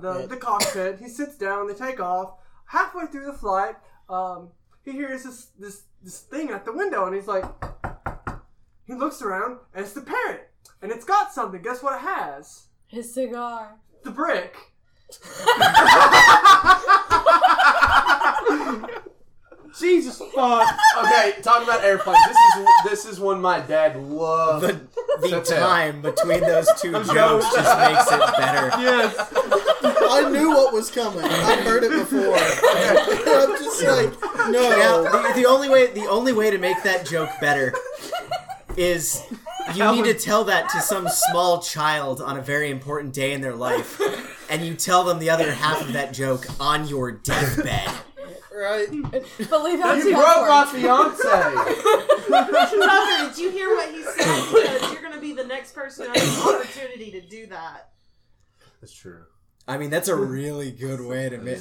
S8: the, the cockpit. He sits down. They take off. Halfway through the flight, um, he hears this this this thing at the window, and he's like, he looks around, and it's the parrot, and it's got something. Guess what it has?
S6: His cigar. <laughs>
S8: The brick. <laughs>
S4: Jesus fuck. Okay, talking about airplanes. This is this is one my dad loved.
S3: The, the
S4: That's it.
S3: time between those two jokes just makes it better.
S7: yes.
S5: I knew what was coming. I heard it before. I'm just like,
S3: Now,
S5: no.
S3: the, the only way the only way to make that joke better is you need to tell that to some small child on a very important day in their life, and you tell them the other half of that joke on your deathbed.
S5: Right?
S6: Believe how
S4: you broke my fiance.
S9: Tucker, did you hear what he said? Because you're going to be the next person who has an opportunity to do that.
S4: That's true.
S3: I mean, that's a really good way to make.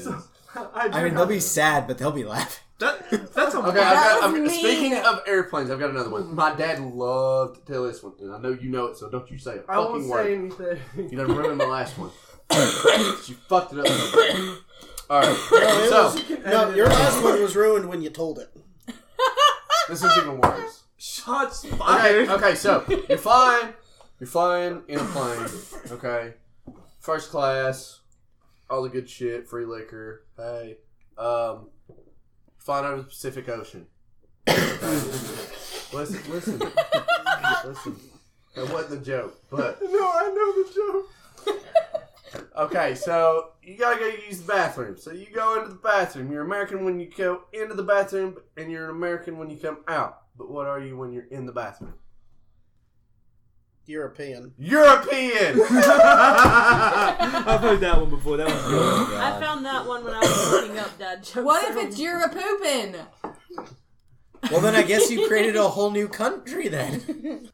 S8: I,
S3: I mean, they'll be sad, but they'll be laughing.
S7: That, that's a.
S4: Okay, I've got,
S6: That was
S4: I'm,
S6: mean.
S4: speaking of airplanes, I've got another one. My dad loved to tell this one, and I know you know it, so don't you say it.
S8: I won't
S4: fucking
S8: say
S4: word.
S8: anything. <laughs>
S4: You done ruined my last
S8: <coughs>
S4: one. you fucked it up. All right.
S5: it
S4: so
S5: was- No, your last one was ruined when you told it.
S4: this is even worse.
S7: Shots
S4: Okay.
S7: fired.
S4: Okay. So you're flying. You're flying in a plane. Okay. First class. All the good shit. Free liquor. Hey. Um. flying over the Pacific Ocean. listen,
S8: <laughs>
S4: listen, listen. That wasn't a joke, but
S8: No, I know the joke.
S4: okay. So you gotta go use the bathroom. So you go into the bathroom. You're American when you go into the bathroom, and you're an American when you come out. But what are you when you're in the bathroom?
S5: European.
S4: European.
S7: I've heard that one before. That one's good.
S9: I found that one when I was looking up dad jokes.
S6: What if it's you're a poopin?
S3: Well, then I guess you created a whole new country then.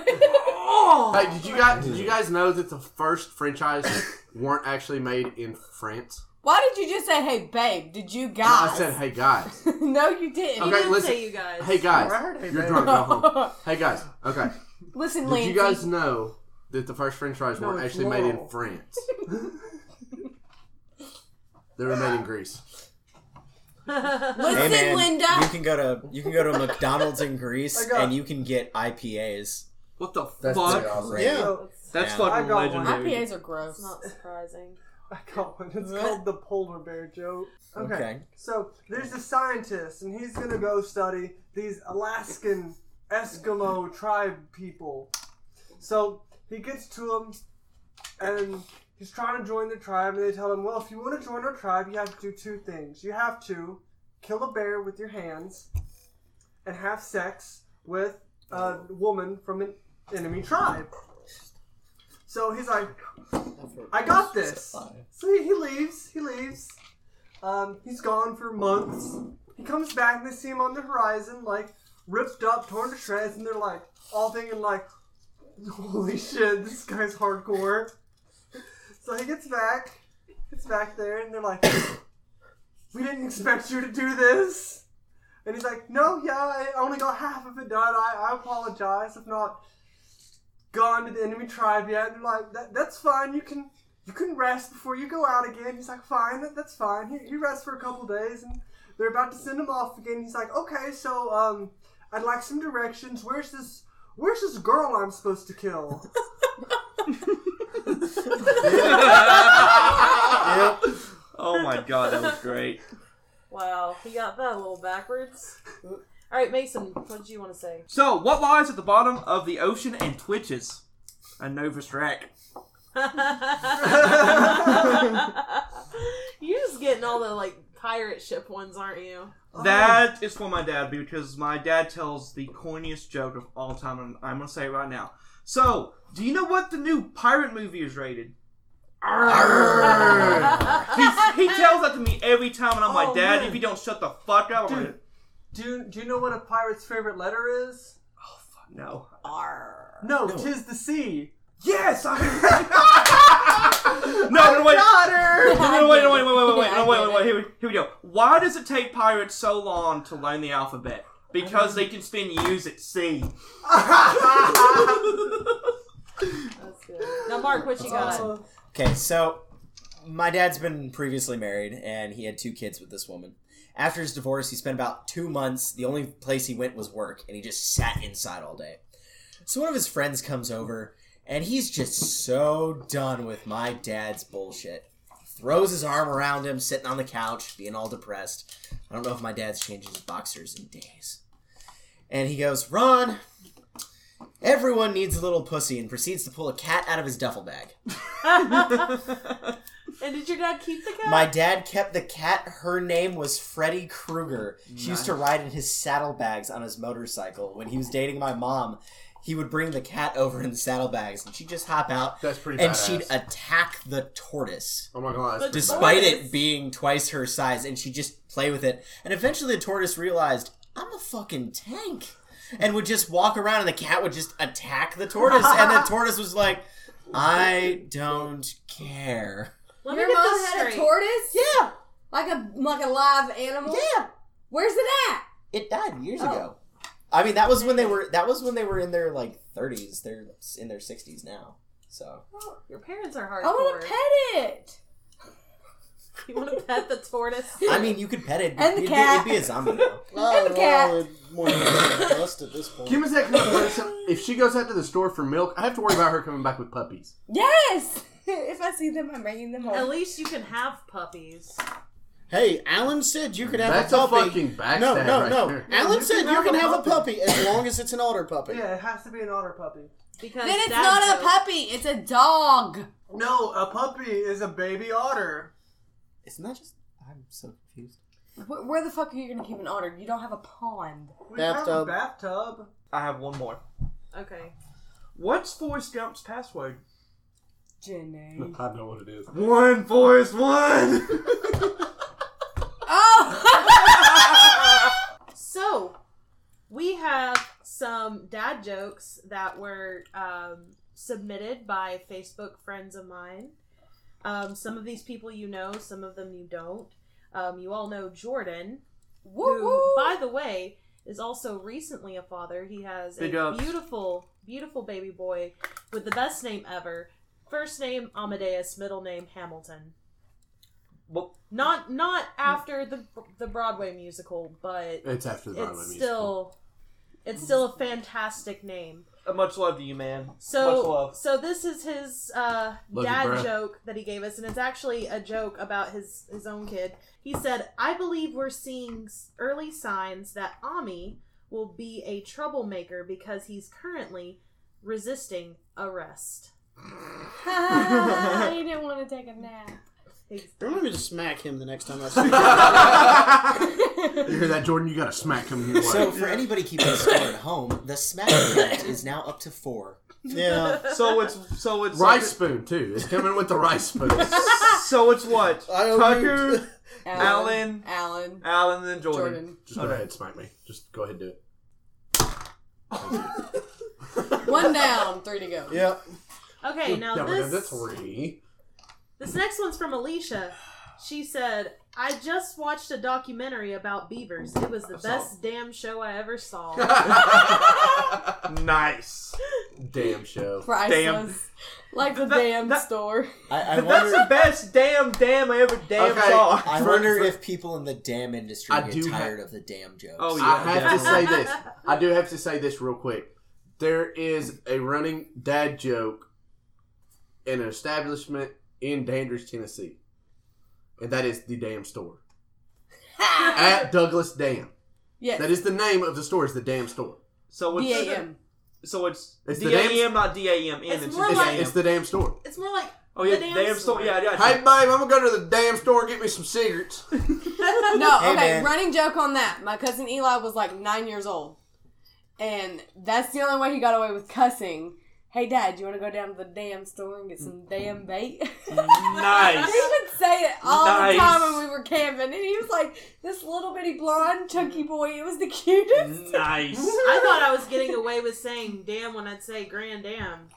S4: Hey, did you guys did you guys know that the first French fries weren't actually made in France?
S6: Why did you just say, "Hey, babe"? Did you
S4: No, I
S6: guys?
S4: said, "Hey guys,
S6: <laughs> no, you didn't.
S4: Okay,
S9: I didn't
S4: listen.
S9: say you guys.
S4: hey guys, you're drunk, go home." Hey guys, okay.
S6: Listen,
S4: Did
S6: Lindsay.
S4: you guys know that the first French fries weren't
S8: it's
S4: actually made in
S8: Laurel.
S4: France? they were made in Greece.
S6: Listen, Linda.
S3: you can go to you can go to McDonald's in Greece
S8: I got-
S3: and you can get IPAs.
S7: What the
S4: That's pretty
S7: fuck?
S4: awesome.
S5: Yeah.
S8: So,
S7: That's
S3: Yeah.
S8: I
S7: fucking
S8: got one.
S7: legendary. <laughs>
S6: IPAs are gross.
S9: It's not surprising.
S8: I got one. It's called the polar bear joke. Okay.
S3: Okay.
S8: So there's a scientist, and he's gonna go study these Alaskan Eskimo tribe people. So he gets to them, and he's trying to join the tribe, and they tell him, "Well, if you want to join our tribe, you have to do two things. You have to kill a bear with your hands, and have sex with a woman from an enemy tribe." So he's like, I got this. So he, he leaves. He leaves. Um, he's gone for months. He comes back and they see him on the horizon, like ripped up, torn to shreds, and they're like all thinking like, "Holy shit, this guy's hardcore." so he gets back, gets back there, and they're like, "We didn't expect you to do this." And he's like, "No, yeah, I only got half of it done. I, I apologize. If not." gone to the enemy tribe yet. And they're like, that, that's fine. You can you can rest before you go out again. He's like, fine, that, that's fine. He, he rests for a couple days, and they're about to send him off again. He's like, okay, so um, I'd like some directions. Where's this? Where's this girl I'm supposed to kill?
S7: Oh my god, that was great.
S9: Wow, he got that a little backwards. All right, Mason, what did you want to say? <laughs>
S7: So, what lies at the bottom of the ocean and twitches? A Novus Rack.
S9: You're just getting all the like pirate ship ones, aren't you?
S7: That is for my dad because my dad tells the corniest joke of all time, and I'm gonna say it right now. So, do you know what the new pirate movie is
S8: <laughs>
S7: rated? Arrgh. He, he tells that to me every time, and I'm like,
S8: Oh,
S7: Dad,
S8: man.
S7: if you don't shut the fuck up, I'm like,
S8: Dude, <laughs> do do you know what a pirate's favorite letter is?
S7: <laughs> no.
S8: No, tis the sea.
S7: Yes! I... no, <laughs> no, wait. No, no, wait, no, wait, wait, wait, wait, wait, no, wait, wait, wait, here, we- here we go. Why does it take pirates so long to learn the alphabet? Because they can spend years at sea.
S9: That's good. Now, Mark, what you got?
S3: Okay, so my dad's been previously married and he had two kids with this woman. After his divorce, he spent about two months. The only place he went was work, and he just sat inside all day. So one of his friends comes over, and he's just so done with my dad's bullshit. Throws his arm around him, sitting on the couch, being all depressed. I don't know if my dad's changed his boxers in days. And he goes, Ron, everyone needs a little pussy, and proceeds to pull a cat out of his duffel bag.
S9: And did your dad keep the cat?
S3: My dad kept the cat. Her name was Freddy Krueger. She used to ride in his saddlebags on his motorcycle. When he was dating my mom, he would bring the cat over in the saddlebags, and she'd just hop out,
S4: That's pretty.
S3: and
S4: badass.
S3: she'd attack the tortoise,
S4: Oh my god, that's
S9: But-
S4: pretty
S3: despite
S9: Tortoise?
S3: it being twice her size, and she'd just play with it. And eventually, the tortoise realized, "I'm a fucking tank," and would just walk around, and the cat would just attack the tortoise, and the tortoise was like, "I don't care."
S9: Let me
S6: Your
S9: get
S6: mom
S9: this
S6: had
S9: straight.
S6: a tortoise,
S3: Yeah,
S6: like a like a live animal.
S3: yeah.
S6: Where's it at?
S3: It died years
S6: Oh.
S3: ago. I mean, that was when they were. That was when they were in their like 30s. They're in their 60s now. So
S9: Your parents are hardcore.
S6: I want to pet it.
S9: You want to pet the tortoise?
S6: <laughs>
S3: I mean, you could pet it.
S6: And the
S3: it'd,
S6: cat.
S3: Be, it'd be a zombie.
S5: <laughs>
S3: Though.
S6: And
S5: Oh,
S6: the cat.
S5: I would want to get dust at this point.
S4: Give me a second. if she goes out to the store for milk, I have to worry about her coming back with puppies.
S6: <laughs> Yes. if I see them, I'm bringing them home.
S9: At least you can have puppies.
S5: Hey, Alan said you could have
S4: That's
S5: a
S4: a
S5: puppy.
S4: fucking backstab
S5: no, no,
S4: right
S5: no.
S4: there.
S5: Alan
S8: You can
S5: said you
S8: have
S5: can
S8: a
S5: have a
S8: puppy.
S5: puppy as long as it's an otter puppy.
S8: Yeah, it has to be an otter puppy.
S9: Because
S10: Then it's
S9: Dad
S10: not a
S9: joke-
S10: puppy, it's a dog.
S8: No, a puppy is a baby otter.
S3: Isn't that just? I'm so confused.
S10: Where, where the fuck are you gonna keep an otter? You don't have a pond.
S8: We have a
S5: Bathtub.
S8: bathtub.
S7: I have one more.
S9: Okay.
S7: What's Forrest Gump's password?
S10: Jenny.
S4: I know what it is.
S7: One, Forrest, one!
S10: <laughs> Oh!
S9: So, we have some dad jokes that were um, submitted by Facebook friends of mine. Um, some of these people you know, some of them you don't. Um, you all know Jordan,
S10: woo
S9: who,
S10: woo! <laughs>
S9: by the way, is also recently a father. He has
S7: Big
S9: a
S7: ups.
S9: beautiful, beautiful baby boy with the best name ever. First name Amadeus, middle name Hamilton.
S7: Well,
S9: Not not after the the Broadway musical, but
S4: It's after the Broadway
S9: it's
S4: musical.
S9: still it's still a fantastic name.
S7: uh, much love to you, man. Much
S9: So <laughs>
S7: love.
S9: so this is his uh,
S4: Love you,
S9: dad
S4: bruh.
S9: joke that he gave us, and it's actually a joke about his his own kid. He said, "I believe we're seeing s- early signs that Ami will be a troublemaker because he's currently resisting arrest."
S10: I didn't want to take a nap.
S9: He's-
S5: Remind me to smack him the next time
S3: <laughs>
S5: I see him.
S4: You hear that, Jordan? You got a smack coming your way.
S3: So for anybody keeping score at home, the smack count is now up to four.
S5: yeah.
S7: So it's so it's
S4: rice spoon too. It's coming with the rice spoon.
S7: So it's what?
S5: I owe you-
S7: <laughs> Tucker, Alan,
S10: Alan,
S7: Alan, and Jordan.
S10: Jordan.
S4: Just go ahead, smack me. Just go ahead, and do it.
S10: One down, three to go.
S5: Yep.
S9: Okay, now
S4: yeah, we're down to
S9: this
S4: three.
S9: This next one's from Alicia. She said, I just watched a documentary about beavers. It was the best damn show I
S4: <laughs>
S9: ever saw.
S7: <laughs> Nice.
S4: Damn show.
S10: Priceless. Like the
S7: That-
S10: damn
S7: that-
S10: store.
S3: I, I
S7: That's
S3: wonder.
S7: the best damn damn I ever damn
S4: Okay.
S9: <laughs>
S7: saw.
S3: I
S4: For-
S3: wonder
S4: for-
S3: if people in the damn industry
S4: I
S3: get
S4: do
S3: tired of the damn jokes.
S7: Oh, yeah.
S4: I have to say
S7: definitely.
S4: this. I do have to say this real quick. There is a running dad joke in an establishment in Dandridge, Tennessee, and that is the damn store at Douglas Dam.
S10: Yes.
S4: That is the name of the store. Is the damn store.
S7: So it's
S10: D-A-M.
S7: So it's,
S4: It's the
S7: D-A-M, not D-A-M.
S9: It's
S7: and it's
S9: more
S7: just
S9: like-
S7: D.A.M..
S4: It's the damn store.
S9: It's more like
S7: oh yeah,
S9: the damn
S7: damn store.
S9: store.
S7: Yeah, yeah.
S4: Hey, babe, I'm gonna go to the damn store and get me some cigarettes.
S10: <laughs> No,
S3: Hey,
S10: okay,
S3: man.
S10: running joke on that. My cousin Eli was like nine years old. And that's the only way he got away with cussing. Hey, Dad, you want to go down to the damn store and get some damn bait? <laughs>
S9: <laughs>
S7: nice.
S10: He would say it all
S7: Nice.
S10: the time when we were camping, and he was like this little bitty blonde chunky boy. It was the
S7: Mm.
S10: cutest.
S7: Nice.
S9: I thought I was getting away with saying damn when I'd say grand damn.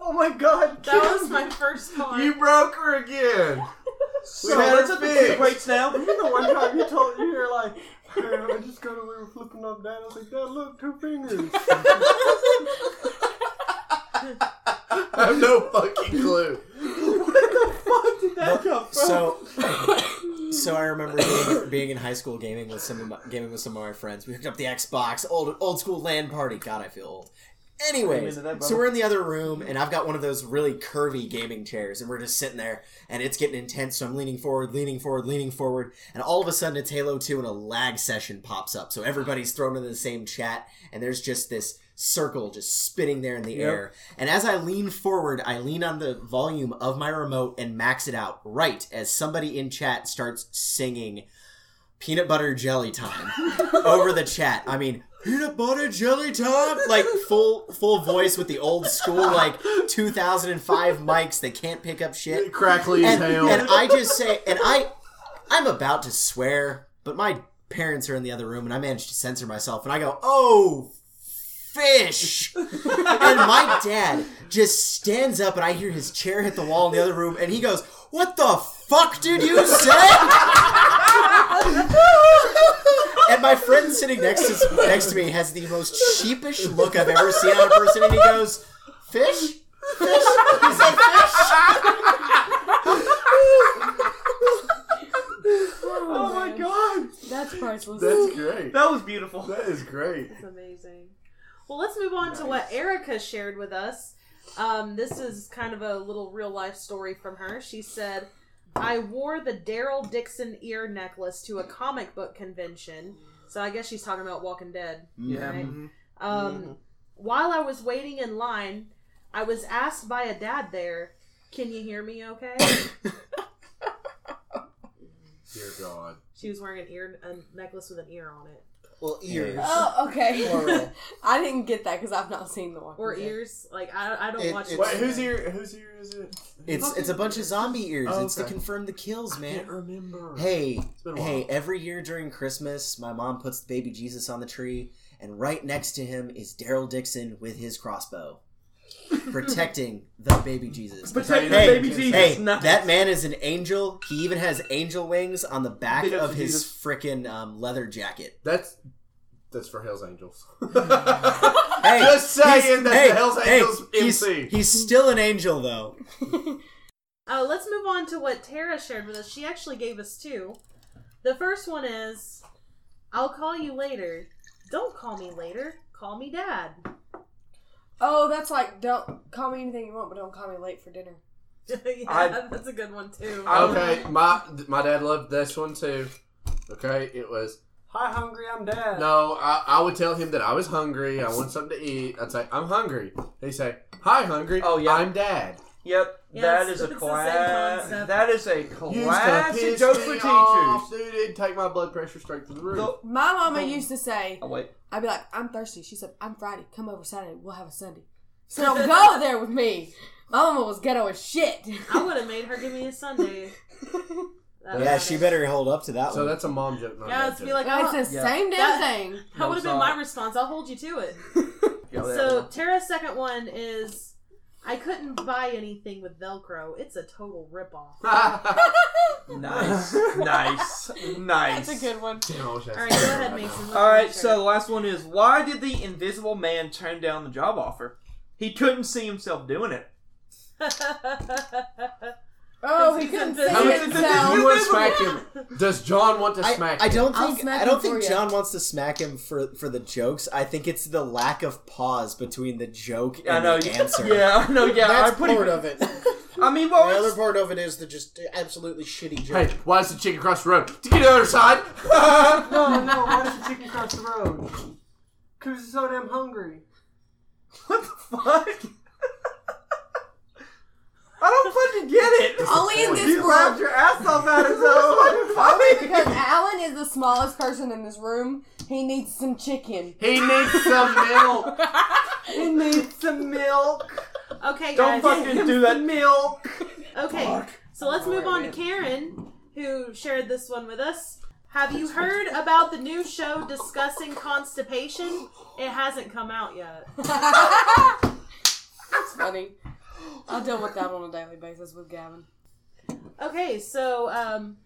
S7: Oh my
S8: <laughs>
S7: god.
S9: That
S7: <laughs>
S9: was my first thought.
S4: you broke her again.
S7: So
S4: We had
S7: Oh, let's
S4: her
S7: have the quick
S4: fixed.
S7: rates now.
S8: Remember the one time you told you were like, "Hey, I just got away with flipping up down. I was like, Dad, look, two fingers.
S4: I have no
S7: <laughs>
S4: fucking clue.
S3: So, so I remember being, being in high school gaming with some of my, gaming with some of my friends. We hooked up the Xbox, old old school LAN party. God, I feel old. Anyways,
S7: Amen to that, brother.
S3: so we're in the other room, and I've got one of those really curvy gaming chairs, and we're just sitting there, and it's getting intense. So I'm leaning forward, leaning forward, leaning forward, and all of a sudden, it's Halo Two, and a lag session pops up. So everybody's thrown into the same chat, and there's just this circle just spinning there in the air. And as I lean forward, I lean on the volume of my remote and max it out right as somebody in chat starts singing peanut butter jelly time over the chat. I mean, peanut butter jelly time, like full full voice with the old school like 2005 mics that can't pick up shit.
S4: Crackly as
S3: And,
S4: hell.
S3: and I just say, and I, I'm about to swear, but my parents are in the other room, and I managed to censor myself, and I go, oh. Fish, and my dad just stands up, and I hear his chair hit the wall in the other room, and he goes, "What the fuck did you say?" And my friend sitting next to next to me has the most sheepish look I've ever seen on a person, and he goes, "Fish, fish." He said, "Fish."
S7: Oh my god.
S10: That's priceless.
S4: That's great.
S7: That was beautiful.
S4: That is great.
S9: That's amazing. Well, let's move on to what Erica shared with us. Um, this is kind of a little real life story from her. She said, I wore the Daryl Dixon ear necklace to a comic book convention. So I guess she's talking about Walking Dead.
S7: Yeah.
S9: Right? Um,
S7: Mm-hmm.
S9: While I was waiting in line, I was asked by a dad there, "Can you hear me? Okay."
S4: Dear God.
S9: she was wearing an ear a necklace with an ear on it,
S5: Well, ears.
S10: Oh, okay. <laughs>
S5: Plural.
S10: I didn't get that because I've not seen the Walking
S9: or
S10: Dead.
S9: ears. Like I, I don't
S5: It-
S9: watch.
S5: it's-
S4: Wait, whose ear? Whose ear is it?
S3: It's it's a bunch of zombie ears.
S4: Oh,
S3: It's to
S4: okay.
S3: confirm the kills,
S4: I can't
S3: man.
S4: remember.
S3: Hey,
S4: been a
S3: hey!
S4: while.
S3: Every year during Christmas, my mom puts the baby Jesus on the tree, and right next to him is Daryl Dixon with his
S4: <laughs>
S3: crossbow, protecting the baby Jesus.
S7: Protect the
S3: Hey,
S7: baby Jesus.
S3: Hey,
S7: nice.
S3: that man is an angel. He even has angel wings on the back
S7: Big up
S3: of
S7: to
S3: his
S7: Jesus.
S3: frickin' um, leather jacket.
S4: That's that's for Hell's
S7: <laughs>
S4: Angels. <laughs>
S3: Hey,
S4: Just saying
S3: he's-
S4: that's the Hell's Angels
S3: he's,
S4: MC.
S3: He's still an angel
S4: <laughs>
S3: though.
S9: Uh, let's move on to what Tara shared with us. She actually gave us two. The first one is, "I'll call you later. Don't call me later. Call me dad." <laughs>
S10: Oh, that's like don't call me anything you want, but don't call me late for dinner.
S9: yeah,
S7: I-
S9: that's a good one too.
S7: I-
S4: okay, my my dad loved this one too. Okay, it was
S8: Hi, hungry. I'm dad.
S4: no. I, I would tell him that I was hungry. I want something to eat. I'd say I'm hungry. He'd say, "Hi, hungry.
S7: Oh, yeah.
S4: I'm dad."
S7: Yep,
S9: Yeah,
S7: that
S9: it's-
S7: is a
S9: it's the same
S7: class.
S9: concept.
S7: That is a
S4: You used to
S7: classic
S4: piss
S7: joke
S4: me
S7: for
S4: off,
S7: teachers.
S4: Dude, it'd take my blood pressure straight to the roof.
S7: The-
S10: My mama used to say,
S7: oh, wait.
S10: I'd be like, I'm thirsty. She said, I'm Friday. Come over Saturday. We'll have a Sunday. So don't go there with me. My mama was ghetto as shit.
S9: I would have made her give me a Sunday. That
S3: Yeah,
S9: was
S3: she
S9: it.
S3: better hold up to that
S4: so
S3: one.
S4: that's a mom joke. Not
S9: Yeah,
S4: a
S9: it's
S4: dad
S9: be
S4: <laughs> joke.
S9: like,
S10: It's
S9: "Oh,
S10: the same damn
S9: That-
S10: thing.
S9: that
S7: No,
S9: would have
S7: it's
S9: been
S7: not.
S9: my response. I'll hold you to it.
S7: Yeah, that
S9: so
S7: one.
S9: Tara's second one is, I couldn't buy anything with Velcro. It's a total ripoff. <laughs>
S7: nice, nice, nice.
S10: That's a good one.
S4: Damn, I wish I
S9: All
S4: had
S9: right,
S4: said
S9: go
S4: that
S9: ahead,
S4: right
S9: Mason.
S7: All right, so the last one is why did the Invisible Man turn down the job offer? He couldn't see himself doing it.
S10: Oh, he
S9: He's
S10: couldn't
S9: invisible.
S4: now. How much did you
S10: see himself.
S4: <laughs> want to smack him? Does John want to
S3: I,
S4: smack
S3: I
S4: him?
S3: don't
S10: I'll
S3: think
S10: smack
S3: I don't
S10: him for
S3: think
S10: ya.
S3: John wants to smack him for for the jokes. I think it's the lack of pause between the joke and
S7: I know.
S3: the answer.
S7: <laughs> Yeah, I know. Yeah,
S5: That's
S7: I pretty.
S5: part of
S7: <laughs>
S5: it.
S7: I mean,
S5: the
S7: well,
S5: other
S7: it's-
S5: part of it is the just absolutely shitty
S4: Hey,
S5: joke.
S4: why is the chicken across the road? To get to the other side.
S8: no, no. Why is the chicken cross the road? Cause you're so damn hungry.
S7: what the fuck? <laughs> I don't fucking get it.
S10: <laughs> Only in this
S7: You
S10: world.
S7: laughed your ass off at it, <laughs> so it's fucking
S10: Because
S7: funny.
S10: Alan is the smallest person in this room. He needs some chicken.
S4: <laughs> <laughs>
S10: <laughs>
S4: He needs some milk.
S7: He needs some milk.
S9: okay,
S7: Don't
S9: guys.
S7: fucking do that. Milk.
S9: Okay, so let's move on to Karen, who shared this one with us. Have you heard about the new show discussing constipation? It hasn't come out yet.
S10: That's funny. I deal with that on a daily basis with Gavin.
S9: Okay, so um,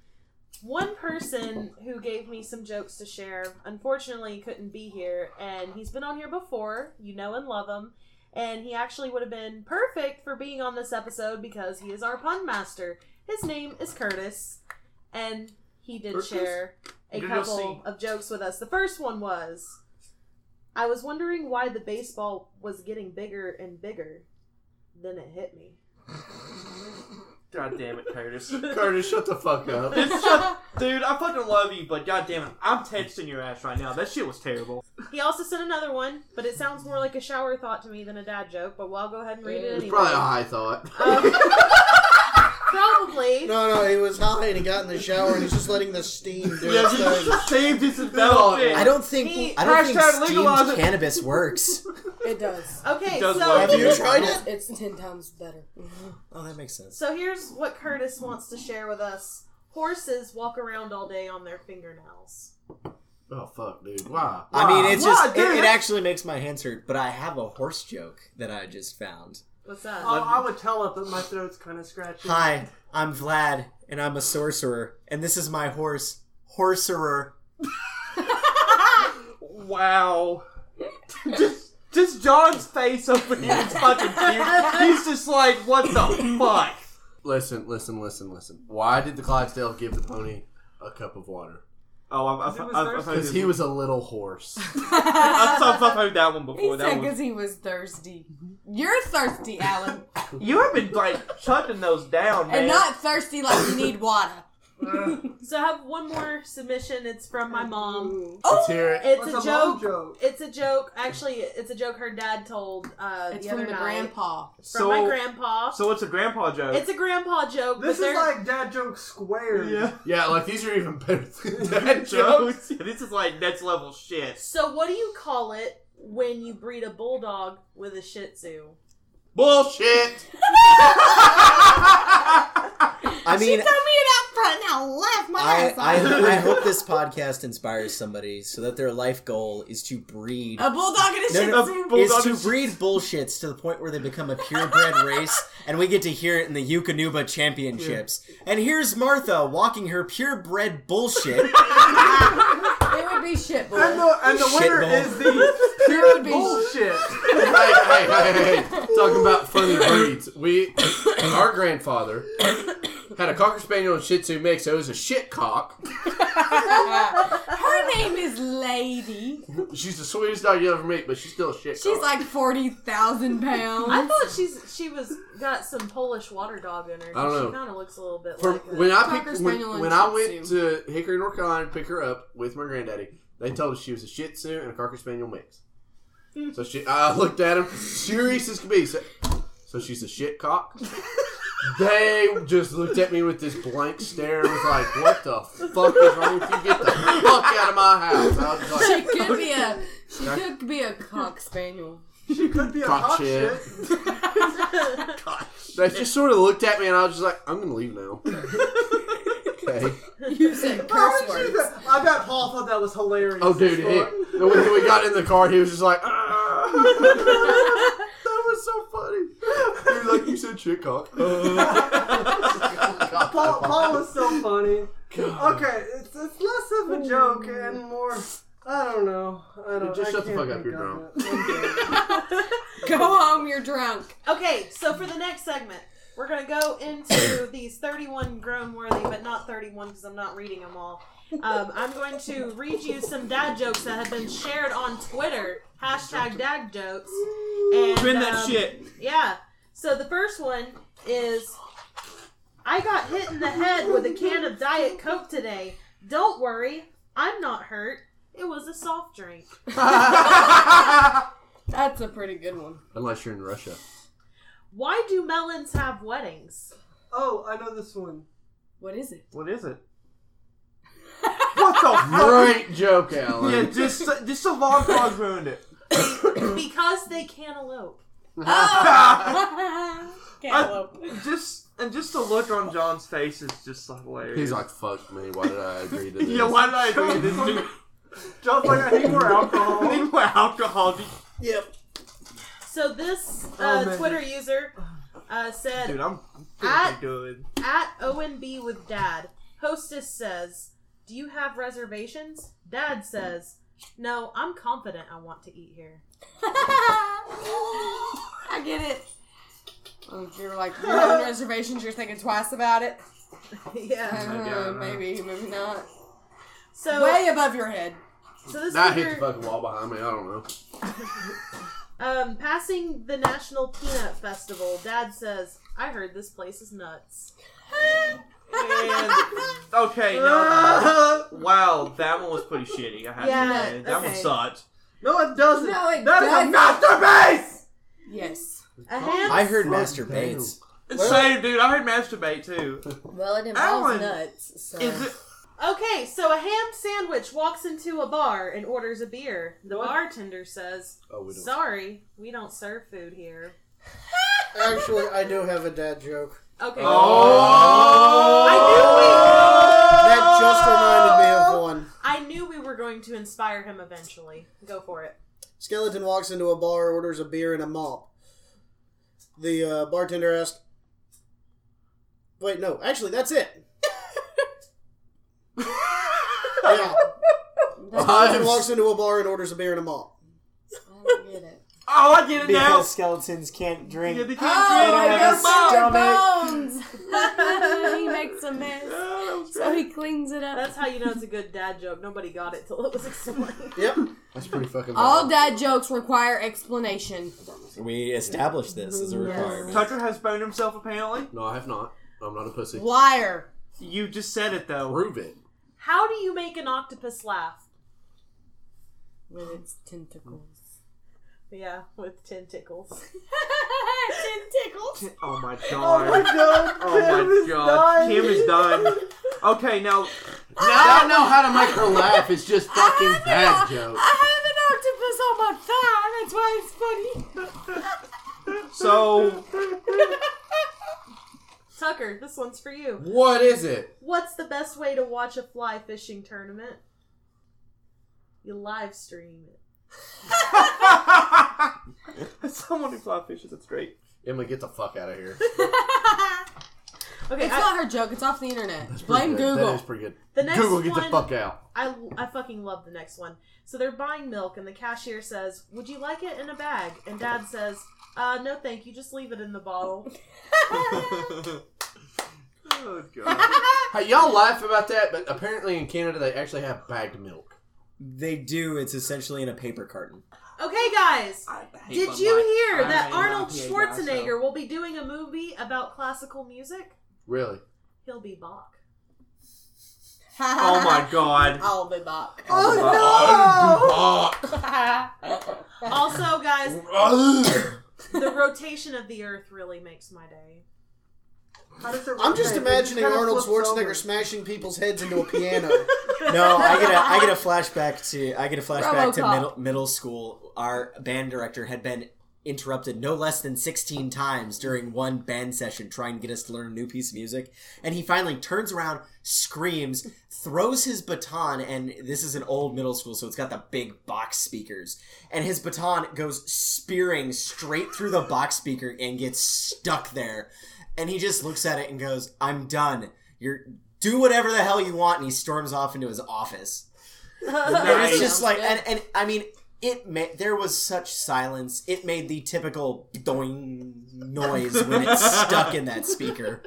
S9: one person who gave me some jokes to share unfortunately couldn't be here, and he's been on here before. You know and love him. And he actually would have been perfect for being on this episode because he is our pun master. His name is Curtis, and he did
S7: Curtis?
S9: share a
S7: Did you see?
S9: couple of jokes with us. The first one was I was wondering why the baseball was getting bigger and bigger. Then it hit me.
S7: God damn it,
S4: <laughs>
S7: Curtis.
S4: Curtis, shut the fuck up.
S7: It's just, dude, I fucking love you, but god damn it, I'm texting your ass right now. That shit was terrible.
S9: He also sent another one, but it sounds more like a shower thought to me than a dad joke. But well, I'll go ahead and read it
S4: It's
S9: anyway.
S4: probably a high <laughs> thought.
S9: Um, probably.
S5: No, no, he was high and he got in the shower and he's just letting the steam do
S7: Yeah,
S4: <laughs>
S5: its thing.
S7: saved his development.
S3: <laughs> I don't think
S9: He-
S3: I don't think
S7: Hashtag legalize
S3: steamed
S7: it.
S3: cannabis
S7: <laughs>
S3: works.
S10: It does.
S9: Okay,
S7: It does
S9: so
S7: work.
S5: Have you tried it?
S10: It's, it's ten times better.
S3: Oh, that makes sense.
S9: so here's what Curtis wants to share with us: horses walk around all day on their fingernails.
S4: Oh fuck, dude. Why?
S3: I mean, it's
S7: Wow,
S3: just it,
S7: dude.
S3: it actually makes my hands hurt. But I have a horse joke that I just found.
S9: What's that?
S8: Oh, I would tell it, but my throat's kind of scratchy.
S3: Hi, I'm Vlad, and I'm a sorcerer, and this is my horse, Horserer.
S7: Wow. <laughs> just, just John's face opening his fucking ears. He's just like, what the fuck?
S4: Listen, listen, listen, listen. Why did the Clydesdale give the pony a cup of water?
S7: Oh, I've, I've, I've,
S8: Because it was
S7: I've, I've,
S8: Thursday.
S7: heard
S4: Because he was a little <laughs> horse.
S7: I've, I've, I've heard that one
S10: He
S7: before. That
S10: said
S7: one.
S10: because he was thirsty. You're thirsty, Alan,
S7: You have been like shutting those down, man.
S10: and not thirsty like you need water.
S9: So I have one more submission. It's from my mom.
S4: Let's hear it.
S9: It's
S8: What's
S9: a
S8: mom
S9: joke. It's a joke. Actually, it's a joke her dad told uh,
S10: It's
S9: the other
S10: from the
S9: night.
S10: grandpa.
S9: From my grandpa.
S7: So it's a grandpa joke.
S9: it's a grandpa joke.
S8: This
S9: but
S8: is
S9: they're-
S8: like dad joke
S7: <laughs>
S8: squared.
S7: yeah.
S8: <laughs>
S4: Yeah, like these are even better than dad <laughs>
S7: Dad
S4: jokes.
S7: jokes. this is like next level shit.
S9: So what do you call it when you breed a bulldog with a Shih Tzu?
S4: Bullshit.
S3: I mean,
S10: me it out front and I laugh my
S3: I, I, I hope this podcast inspires somebody so that their life goal is to breed.
S10: A bulldog and a
S3: No,
S10: shih
S3: no,
S10: tzu.
S7: Shih Tzu.
S3: is
S7: Bulldog
S3: to
S7: is-
S3: breed bullshits to the point where they become a purebred
S5: <laughs>
S3: race, and we get to hear it in the Yukonuba Championships. And here's Martha walking her
S5: <laughs>
S3: purebred bullshit.
S10: It would be shit, boy.
S8: And the, and the
S3: Shit
S8: winner
S3: ball.
S8: is the pure
S10: would be-
S8: bullshit.
S4: hey, hey, hey, hey, hey. Talking about funny breeds. We, our grandfather, had a cocker spaniel and Shih Tzu mix. So it was a shit cock.
S10: <laughs> Her name is Lady.
S4: She's the sweetest dog you ever meet, but she's still a shit
S10: She's
S4: cock.
S10: like forty thousand
S9: I
S10: pounds.
S9: thought she's she was got some Polish water dog in her.
S4: I don't know.
S9: She kind of looks a little bit
S4: From
S9: like her.
S4: when I
S10: Cocker
S4: picked, when,
S10: spaniel and
S4: when I
S10: Shih
S4: went to Hickory, North Carolina, to pick her up with my granddaddy, they told us she was a Shih Tzu and a cocker spaniel mix. So she, I looked at him serious as could be. So, so she's a shit cock. they just looked at me with this blank stare and was like, "What the fuck is wrong with you? Get the fuck out of my house!" I was like,
S10: She could be a she could be a cock spaniel.
S8: She could be a
S4: Cock
S8: cock
S4: shit.
S8: shit.
S4: <laughs> They just sort of looked at me, and I was just like, "I'm gonna leave now." okay.
S10: You said
S8: How
S10: curse
S8: did you
S10: words.
S8: th- I bet Paul thought that was hilarious.
S4: Oh, dude,
S8: This
S4: it,
S8: one.
S4: when we got in the car, he was just like, "Ah." "That was so funny." He was like, "You said shit cock."
S8: Paul, Paul
S4: <laughs>
S8: is so funny. Okay, it's, it's less of a joke and more. I don't know. I don't.
S4: Just
S8: I
S4: shut the
S8: can't
S4: fuck up,
S8: think
S4: you're
S8: of
S4: drunk.
S8: it. I'm good.
S10: Go home, you're drunk.
S9: Okay, so for the next segment, we're going to go
S4: <coughs>
S9: into these 31 grown worthy, but not 31 because I'm not reading them all. Um, I'm going to read you some dad jokes that have been shared on Twitter. Hashtag dad jokes. And,
S7: Spin that
S9: um,
S7: shit.
S9: Yeah. So the first one is I got hit in the head with a can of Diet Coke today. Don't worry, I'm not hurt. It was a soft drink.
S10: That's a pretty good one.
S4: Unless you're in Russia.
S9: Why do melons have weddings?
S8: <laughs> Oh, I know this one.
S10: What is it?
S7: What
S9: <laughs>
S7: is it?
S4: <laughs>
S7: what the fuck?
S4: Great joke, Alan.
S7: Yeah, just just a long pause ruined
S9: <laughs>
S7: it.
S9: Because they cantaloupe.
S7: <laughs>
S10: Oh. Cantaloupe.
S7: Just and just the look on John's face is just so hilarious.
S4: He's like, "Fuck me. Why did I agree to this?"
S7: <laughs> yeah, why did I agree with this <laughs> dude?
S8: John's like, I need
S7: <laughs>
S8: more
S7: I
S8: alcohol.
S7: need more alcohol.
S5: Yep.
S9: So this
S8: Oh,
S9: uh,
S8: man.
S9: Twitter user uh, said
S7: Dude, I'm, I'm
S9: I-
S7: feeling good.
S9: at ONB with Dad. Hostess says, "Do you have reservations?" Dad says, "No, I'm confident I want to eat here." <laughs>
S10: <laughs> I get it. If you're like you're on reservations, you're thinking twice about it.
S9: yeah.
S10: Uh, maybe, maybe not.
S9: So
S10: Way above your head.
S9: so this
S4: I hit the
S9: Twitter
S4: fucking wall behind me. I don't know.
S9: um, passing the National Peanut Festival. Dad says, "I heard this place is nuts."
S7: And- <laughs> okay, now,
S9: <laughs>
S7: wow, that one was pretty shitty. I have
S9: Yeah,
S7: to say. That one
S9: okay.
S7: sucked.
S8: No, it doesn't.
S10: No, it
S8: That is
S10: doesn't.
S8: a masterpiece.
S10: Yes.
S9: A ham-
S3: I heard Master Bates.
S7: Same, dude. I heard masturbate
S9: <laughs>
S7: too.
S10: Well, it
S7: Alan,
S10: involves nuts. So.
S7: Is it?
S9: Okay, so a ham sandwich walks into a bar and orders a beer. The
S8: What?
S9: bartender says,
S4: Oh, we don't.
S9: "Sorry, we don't serve food here."
S5: Actually, I do have a dad joke.
S7: Uh.
S9: Okay.
S7: Oh,
S3: Oh!
S5: That just reminded me of one.
S9: I knew we were going to inspire him eventually. Go for it.
S5: Skeleton walks into a bar, orders a beer and a mop. The uh, bartender asked, "Wait, no, actually, that's it." yeah. Skeleton walks into a bar and orders a beer and a mop.
S10: I don't get it.
S7: Oh, I get it now.
S2: Because skeletons can't drink.
S7: Yeah, they can't
S10: <laughs> Oh,
S7: drink.
S2: I
S10: I
S2: got
S10: got
S2: stomach.
S10: <laughs> bones. he makes a mess.
S7: Oh, that was
S10: so he cleans it up.
S9: That's how you know it's a good dad joke. Nobody got it till it was explained.
S5: Yep.
S4: That's pretty fucking.
S10: All
S4: wild.
S10: dad jokes require explanation.
S3: We established this as a requirement.
S7: Tucker has boned himself apparently.
S4: No, I have not. I'm not a pussy.
S10: Liar.
S7: You just said it though.
S4: Prove it.
S9: How do you make an octopus laugh?
S10: With its tentacles.
S9: Yeah, with tentacles.
S10: <laughs> tentacles.
S7: Oh my god.
S8: No,
S7: Oh my god. Kim is done. Okay, now
S4: I don't know how to make her laugh. It's just fucking dad jokes.
S10: I have an octopus on my thigh. That's why it's funny.
S7: so
S9: Tucker, this one's for you.
S4: What is it?
S9: What's the best way to watch a fly fishing tournament? You live stream it.
S7: <laughs> someone who fly fishes, that's great.
S4: Emma, get the fuck out of here.
S9: Okay,
S10: It's
S9: I-
S10: not her joke. It's off the internet. Blame
S4: Pretty good. That
S10: Google.
S4: is pretty good.
S9: The next
S4: Google, get the
S9: one-
S4: fuck out.
S9: I, I fucking love the next one. So they're buying milk, and the cashier says, Would you like it in a bag? And dad says, uh, No, thank you. Just leave it in the bottle.
S7: <laughs>
S10: <laughs>
S7: Oh god.
S4: Hey, y'all laugh about that, but apparently in Canada they actually have bagged milk.
S3: They do. It's essentially in a
S5: <gasps>
S3: paper carton. <laughs>
S9: Okay, guys.
S7: I hate
S9: Did
S7: Bud
S9: you
S7: Light.
S9: hear
S7: I
S9: that
S7: hate
S9: Arnold
S7: IPA
S9: Schwarzenegger
S7: guys,
S9: will be doing a movie about classical music?
S4: Really?
S9: He'll be
S7: <laughs>
S9: Bach.
S7: so- Oh my god.
S10: <laughs> I'll be back.
S9: Also, guys,
S4: no!
S9: the rotation of the Earth really makes my day.
S8: How does it
S5: I'm
S8: rotate?
S5: just
S8: It
S5: imagining
S8: kinda
S5: Arnold
S8: flips
S5: Schwarzenegger
S8: over.
S5: smashing people's heads into a piano.
S3: No, I get a I get a flashback to I get a flashback to
S10: Robocop.
S3: middle, middle school. Our band director had been interrupted no less than 16 times during one band session trying to get us to learn a new piece of music and he finally turns around screams throws his baton and this is an old middle school so it's got the big box speakers and his baton goes spearing straight through the box speaker and gets stuck there and he just looks at it and goes i'm done you're do whatever the hell you want and he storms off into his office and it's just like, and, and I mean, it made there was such silence. It made the typical doing noise when it's stuck in that speaker.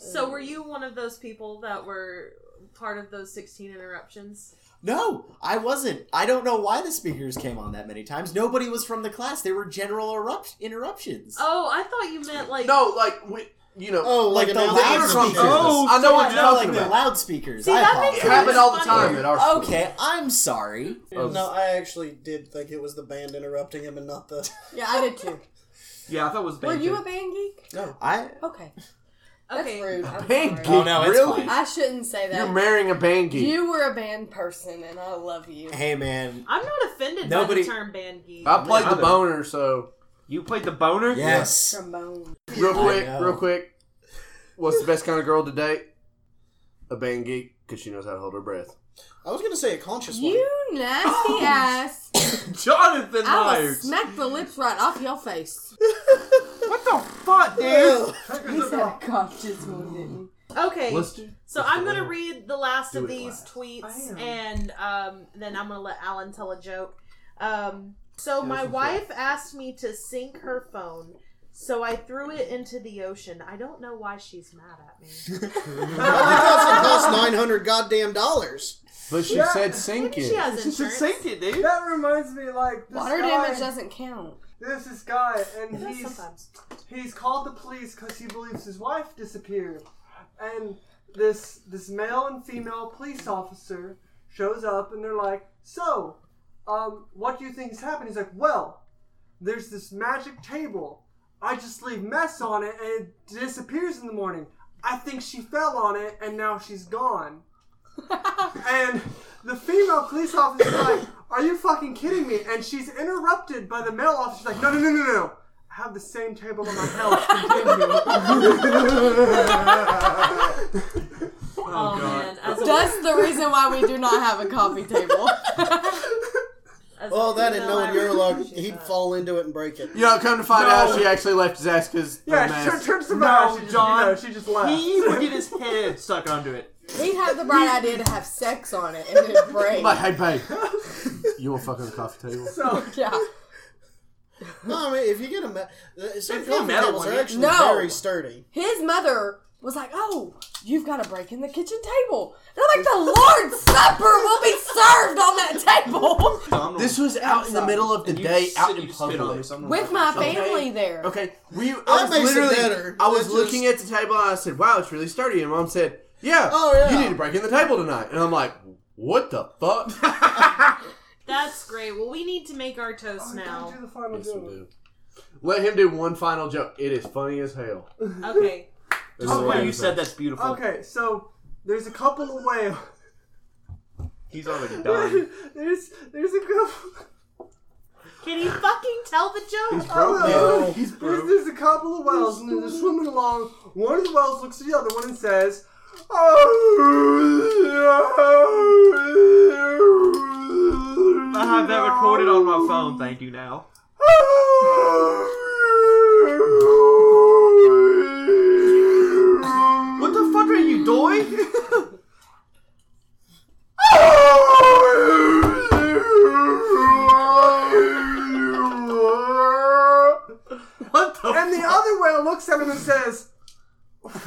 S9: So, were you one of those people that were part of those 16 interruptions?
S3: No, I wasn't. I don't know why the speakers came on that many times. Nobody was from the class. They were general erupt- interruptions.
S9: Oh, I thought you meant like.
S4: No, like, we, you know,
S3: Oh, like,
S5: Like
S3: the
S5: an
S3: loudspeakers.
S4: interruptions.
S7: Oh,
S4: I know what
S3: I know,
S4: you're
S3: like
S4: talking
S3: the
S4: about.
S3: loudspeakers.
S9: See,
S3: I
S9: that makes
S4: It
S3: apologize.
S4: happened all the time at our school.
S3: Okay, I'm sorry.
S5: no, I actually did think it was the band interrupting him and not the. <laughs>
S10: Yeah, I did too.
S7: Yeah, I thought it was
S10: Were
S7: bacon.
S10: you a band geek?
S3: I
S10: Okay.
S9: Okay.
S10: That's rude. I'm
S4: Band
S10: sorry.
S4: geek?
S3: oh no, it's
S4: Really?
S3: fine.
S10: I shouldn't say that.
S4: You're marrying a band geek.
S10: You were a band person, and I love you.
S3: Hey man,
S9: I'm not offended
S3: Nobody-
S9: by the term band geek.
S4: I played the
S7: Other.
S4: boner, so
S7: You played the boner?
S3: yes.
S10: Trombone.
S4: real quick,
S3: know.
S4: real quick. What's the best kind of girl to date? A band geek, because she knows how to hold her breath.
S5: I was gonna say a conscious
S10: You nasty
S4: Oh,
S10: ass.
S7: <laughs> Jonathan
S10: I will
S7: Myers.
S10: smack the lips right off your face.
S7: what the fuck, dude?
S10: He said a conscious one, didn't
S9: Okay.
S4: do.
S9: So I'm gonna read the last
S4: Do
S9: of
S4: it
S9: these
S4: last.
S8: I am.
S9: tweets, and um, then I'm gonna let Alan tell a joke. Um, so my wife asked me to sink her phone, so I threw it into the ocean. I don't know why she's mad at me.
S5: because it costs nine hundred goddamn dollars.
S4: But she
S8: Yeah.
S4: said
S9: Maybe
S4: sinking.
S9: she has
S7: She should
S9: insurance.
S7: sink it, dude.
S8: That reminds me, like
S10: he?
S8: this
S10: Water
S8: guy,
S10: damage doesn't count.
S8: There's this guy, and
S9: It does
S8: he's
S9: sometimes.
S8: he's called the police because he believes his wife disappeared, and this this male and female police officer shows up, and they're like, "So, um, what do you think has happened?" He's like, "Well, there's this magic table. I just leave mess on it, and it disappears in the morning. I think she fell on it, and now she's gone." and the female police officer's like, "Are you fucking kidding me?" And she's interrupted by the male officer. She's like, "No, no, no, no, no." I have the same table in my house.
S7: <laughs>
S9: Oh, man, as a,
S10: That's the reason why we do not have a coffee table.
S9: as a
S5: Oh, that and
S9: female,
S5: knowing
S9: I
S5: Urolog,
S9: appreciate
S5: he'd
S9: that.
S5: fall into it and break it.
S4: You know, come to find
S7: No.
S4: out, she actually left his ass because
S8: yeah, she turns to my
S7: No,
S8: house. She just,
S7: John.
S8: You know, she just left.
S7: He would get his head stuck under
S10: <laughs>
S7: it.
S10: He'd have the bright idea to have sex on it and then break.
S4: But
S5: <laughs>
S4: hey, babe, you want to fuck on the coffee table?
S8: so
S10: Yeah.
S5: No, I mean if you get a, ma- uh, some
S7: If you get a
S5: coffee
S7: metal
S5: tables
S7: one,
S5: are
S7: yeah.
S5: actually
S10: No.
S5: very sturdy.
S10: His mother was like, "Oh, you've got to break in the kitchen table." And I'm like, "The Lord's Supper will be served on that table
S4: This was out in the middle of the day, out in public.
S10: with my family there."
S4: Okay, we. I
S5: That
S4: was
S5: makes it
S4: literally.
S5: better.
S4: I was
S5: That
S4: looking at the table and I said, "Wow, it's really sturdy." And mom said, "Yeah,
S5: Oh, yeah.
S4: you need to break in the table tonight." And I'm like, "What the
S5: <laughs>
S4: fuck?"
S9: That's great. Well, we need to make our
S8: Oh,
S9: toast now.
S8: do the final
S4: Yes, we
S8: joke.
S4: do. Let him do one final joke. It is funny as hell.
S9: Okay.
S4: This
S7: Just
S5: Oh,
S4: is what
S7: the way
S4: it
S7: you
S4: is.
S7: said that's beautiful.
S8: Okay, so there's a couple of whales.
S7: He's already done.
S8: <laughs> there's there's a couple.
S9: Can he fucking tell the joke?
S8: Broke
S4: Yeah, he's
S8: There's,
S4: broke.
S8: there's a couple of whales and they're swimming along. One of the whales looks at the other one and says, "Oh."
S7: I have that recorded on my phone. Thank you. Now. What the fuck are you doing?
S4: <laughs>
S7: what the?
S8: <laughs> And the other whale looks at him and says, "What?"
S7: <laughs>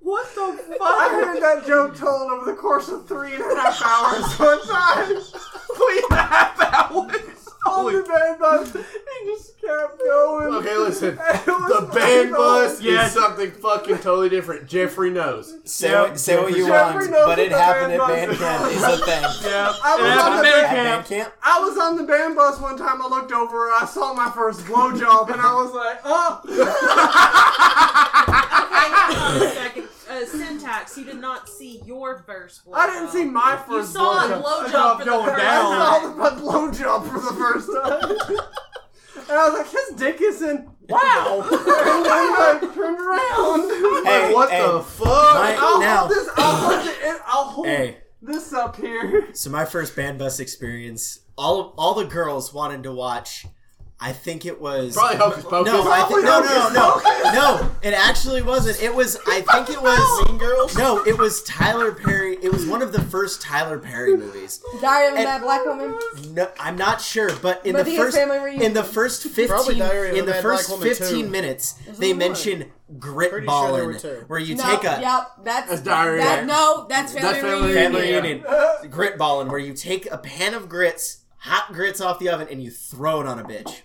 S7: what the
S8: I
S7: fuck?
S8: heard that joke told over the course of three and a half hours one time.
S7: Three and a half hours.
S8: On the band bus, he just kept going.
S3: <laughs>
S4: Okay, listen.
S8: And <laughs> it was
S4: The band
S8: like,
S4: bus
S7: Yes.
S4: is something fucking totally different. Jeffrey knows.
S3: Say,
S7: Yep.
S3: what, say what you
S8: Jeffrey
S3: want,
S8: knows
S3: but it
S8: that the
S3: happened at
S8: band
S3: band camp. It's a thing.
S7: <laughs> Yeah.
S8: I was
S7: It
S8: on
S7: happened
S8: the
S7: at
S8: band-
S3: At band
S7: camp.
S3: camp,
S8: I was on the band bus one time. I looked over. I saw my first blowjob, and I was like, "Oh,
S9: Hang on a second. Uh, syntax, you did not see your first blow.
S8: I didn't see my
S9: You
S8: first
S9: saw
S8: blowjob."
S9: a blowjob for the
S7: going
S9: first
S7: down.
S8: I
S9: time.
S8: saw my blowjob for the first time, and I was like, "His dick is in." Wow! and then I turned around.
S3: Hey,
S4: what
S3: hey,
S4: the fuck?
S3: my-
S8: I'll
S3: now,
S8: hold this. I'll hold, the, it, I'll hold
S3: hey.
S8: this up here.
S3: So my first band bus experience, all all the girls wanted to watch. I think it was
S4: Probably Hocus Pocus.
S3: no, I think
S8: Probably
S3: no, no,
S8: Hocus
S3: no, no. It actually wasn't. It was. I think it was.
S11: Girls?
S3: No, it was Tyler Perry. It was one of the first Tyler Perry movies.
S10: Diary of a
S3: And-
S10: Mad Black Woman.
S3: No, I'm not sure, but in
S10: But
S3: the
S10: he had
S3: first
S10: family
S3: in
S10: reunion.
S3: the first
S5: Probably
S3: fifteen
S5: Diary of a
S3: in the
S5: Mad
S3: first
S5: Black Woman
S3: fifteen
S5: too.
S3: minute, they
S10: only one.
S3: mention grit
S5: Pretty sure there
S3: balling,
S5: were two.
S3: where you
S10: No,
S3: take a
S10: yep, that's,
S4: That's diary.
S10: That, no, that's family,
S4: That's family
S10: reunion.
S3: family reunion grit balling, where you take a pan of grits, hot grits off the oven, and you throw it on a bitch.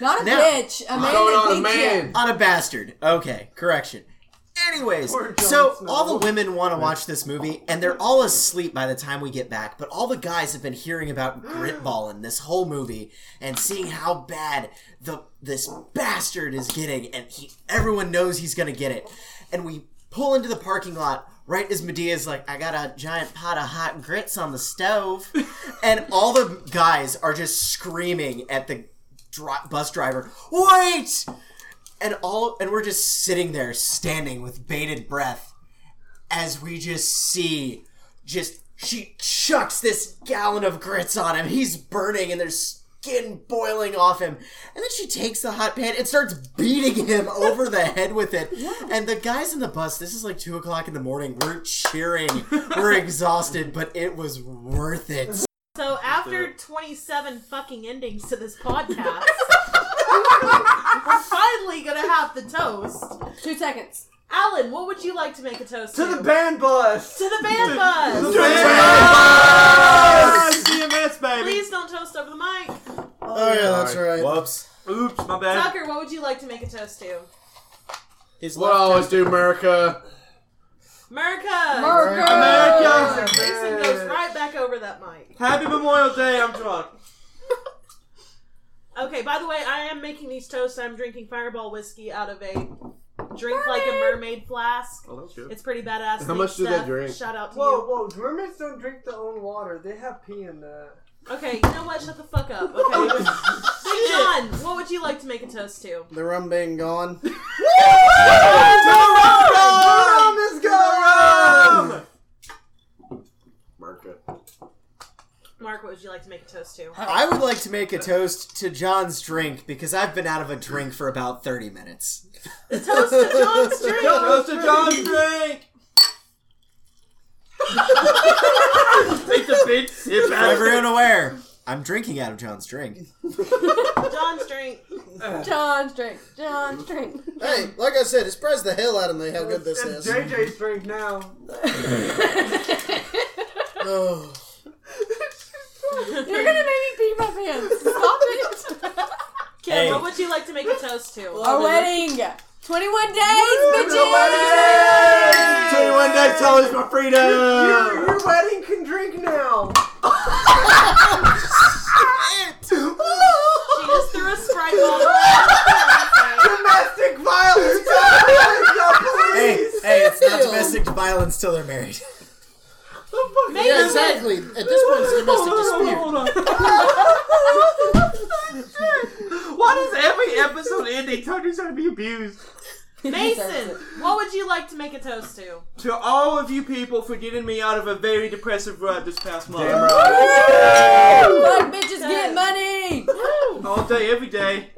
S10: Not a
S3: Now-
S10: bitch, a man.
S4: Going
S10: that
S4: on a
S10: beats you.
S4: man.
S3: <laughs> on a bastard. Okay, correction. Anyways,
S8: Poor Jon
S3: so
S8: Snow.
S3: all the women want to watch this movie, and they're all asleep by the time we get back. But all the guys have been hearing about
S8: <gasps>
S3: gritballing this whole movie and seeing how bad the this bastard is getting, and he, everyone knows he's gonna get it. And we pull into the parking lot right as Medea's like, "I got a giant pot of hot grits on the stove,"
S8: <laughs>
S3: and all the guys are just screaming at the dri- bus driver, "Wait!" and all and we're just sitting there standing with bated breath as we just see just she chucks this gallon of grits on him he's burning and there's skin boiling off him and then she takes the hot pan and starts beating him <laughs> over the head with it and the guys in the bus this is like two o'clock in the morning we're cheering we're exhausted but it was worth it
S9: So after 27 fucking endings to
S8: <laughs>
S9: this podcast, we're finally gonna have the toast.
S10: Two seconds.
S9: Alan, what would you like to make a toast to?
S8: To the band bus.
S9: to
S8: <laughs>
S9: the band bus.
S7: CMS, baby.
S9: Please don't toast over the mic.
S5: Oh yeah, that's right.
S3: whoops
S7: Oops, my bad.
S9: Tucker, what would you like to make a toast to?
S3: his
S4: What I always do, America.
S9: America.
S10: Burger.
S7: America.
S9: Jason goes right back over that mic.
S7: Happy Memorial Day. I'm drunk.
S9: Okay, by the way, I am making these toasts. I'm drinking fireball whiskey out of a drink like a mermaid flask.
S7: Oh, that was good.
S9: It's pretty badass.
S4: How much
S9: Neat
S4: did that
S9: stuff.
S4: drink?
S9: Shout out to
S8: Whoa,
S9: you.
S8: whoa! Mermaids don't drink their own water. They have pee in that.
S9: Okay, you know what? Shut the fuck up. <laughs> Okay. Big John, what would you like to make a toast to?
S5: The rum being
S3: <laughs>
S5: gone.
S8: Rum is gone.
S4: America.
S9: Mark, what would you like to make a toast to?
S3: I would like to make a toast to John's drink because I've been out of a drink for about 30 minutes.
S9: toast to John's drink!
S7: Toast to John's drink. Take the big sip out of it.
S3: Everyone aware, I I'm drinking out of John's drink.
S9: John's drink.
S10: John's drink. John's drink.
S5: Hey, like I said, it surprised the hell out of me how good this
S8: It's
S5: is.
S8: JJ's drink now.
S5: Oh,
S10: You're gonna make me pee my pants. Stop it.
S9: Kim,
S3: Hey.
S9: what would you like to make a toast to?
S10: Our wedding. 21 days,
S4: The
S10: bitches.
S4: wedding! 21 days till is my
S8: Your,
S4: freedom!
S8: your wedding can drink now.
S9: She just threw a Sprite <laughs> bottle.
S8: Domestic <laughs> violence.
S3: hey, hey, it's not domestic violence till they're married.
S9: Maybe
S5: yeah, exactly. At this point, it's a domestic dispute.
S7: Hold on, hold on, hold on. <laughs> Why does every episode ending Tony's gonna be abused?
S9: Mason, what would you like to make a toast to?
S7: To all of you people for getting me out of a very depressive rut this past month.
S4: Damn right.
S10: Fuck bitches get money.
S7: All day, every day.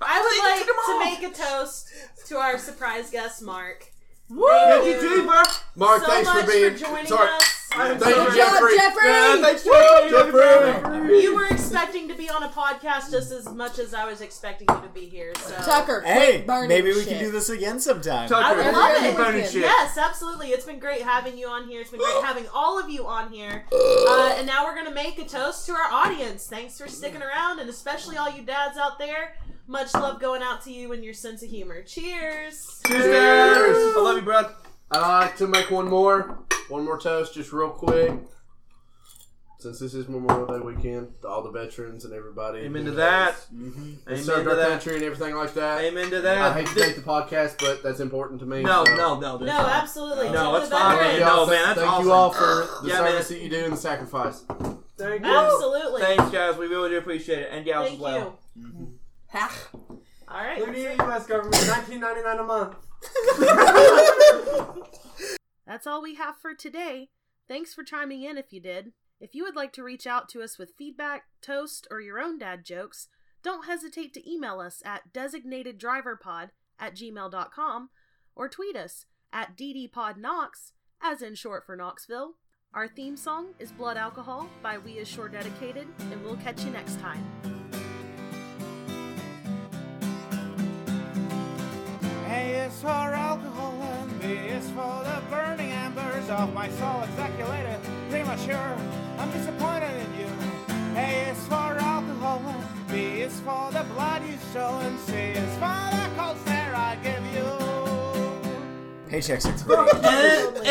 S9: I would like to make a toast to our surprise guest, Mark.
S7: Thank you, Jeeper.
S4: Mark,
S9: so
S4: thanks
S9: much
S4: for being.
S9: joining
S4: sorry.
S9: us.
S7: I'm
S4: Thank you,
S7: sorry.
S10: Good
S4: Jeffrey.
S10: job, Jeffrey.
S7: Yeah, thanks for being
S4: Jeffrey.
S9: You were expecting to be on a podcast just as much as I was expecting you to be here. So
S10: Tucker,
S3: Hey,
S10: quit burning
S3: maybe we
S10: shit.
S3: can do this again sometime.
S7: Tucker,
S9: I love
S7: keep
S9: it.
S7: burning shit.
S9: Yes, absolutely. It's been great having you on here. It's been great having all of you on here. Uh, and now we're going to make a toast to our audience. Thanks for sticking around, and especially all you dads out there. Much love going out to you and your sense of humor. Cheers.
S7: Cheers. I love you, bro.
S4: I'd like to make one more, one more toast, just real quick. Since this is Memorial Day weekend, to all the veterans and everybody.
S7: Amen to that.
S4: They
S7: Amen
S4: served
S7: to
S4: our
S7: that.
S4: country and everything like that.
S7: Amen to
S4: I
S7: that.
S4: hate to take the podcast, but that's important to me.
S7: no,
S4: so.
S7: no, no,
S9: No, absolutely.
S7: No,
S9: To
S7: it's
S9: the
S4: I love
S7: fine.
S9: veterans.
S7: Yeah.
S4: y'all.
S7: No, man, that's
S4: Thank
S7: awesome.
S4: you all for the
S7: Yeah,
S4: service that you do and the sacrifice.
S8: Thank you.
S9: Absolutely.
S7: Thanks, guys. We really do appreciate it. And gals
S9: Thank
S7: as
S9: you.
S7: well.
S10: Ha.
S9: All right.
S8: Look at the U.S. government, 19.99 a <laughs> month.
S1: That's all we have for today. Thanks for chiming in if you did. If you would like to reach out to us with feedback, toast, or your own dad jokes, don't hesitate to email us at designateddriverpod at gmail.com or tweet us at ddpodknox, as in short for Knoxville. Our theme song is Blood Alcohol by We Is Shore Dedicated, and we'll catch you next time.
S2: A is for alcohol and B is for the burning embers of my soul ejaculated premature. I'm disappointed in you. A is for alcohol and B is for the blood you stole and C is for the cold stare I give you.
S3: Paychecks are great.
S7: <laughs> and,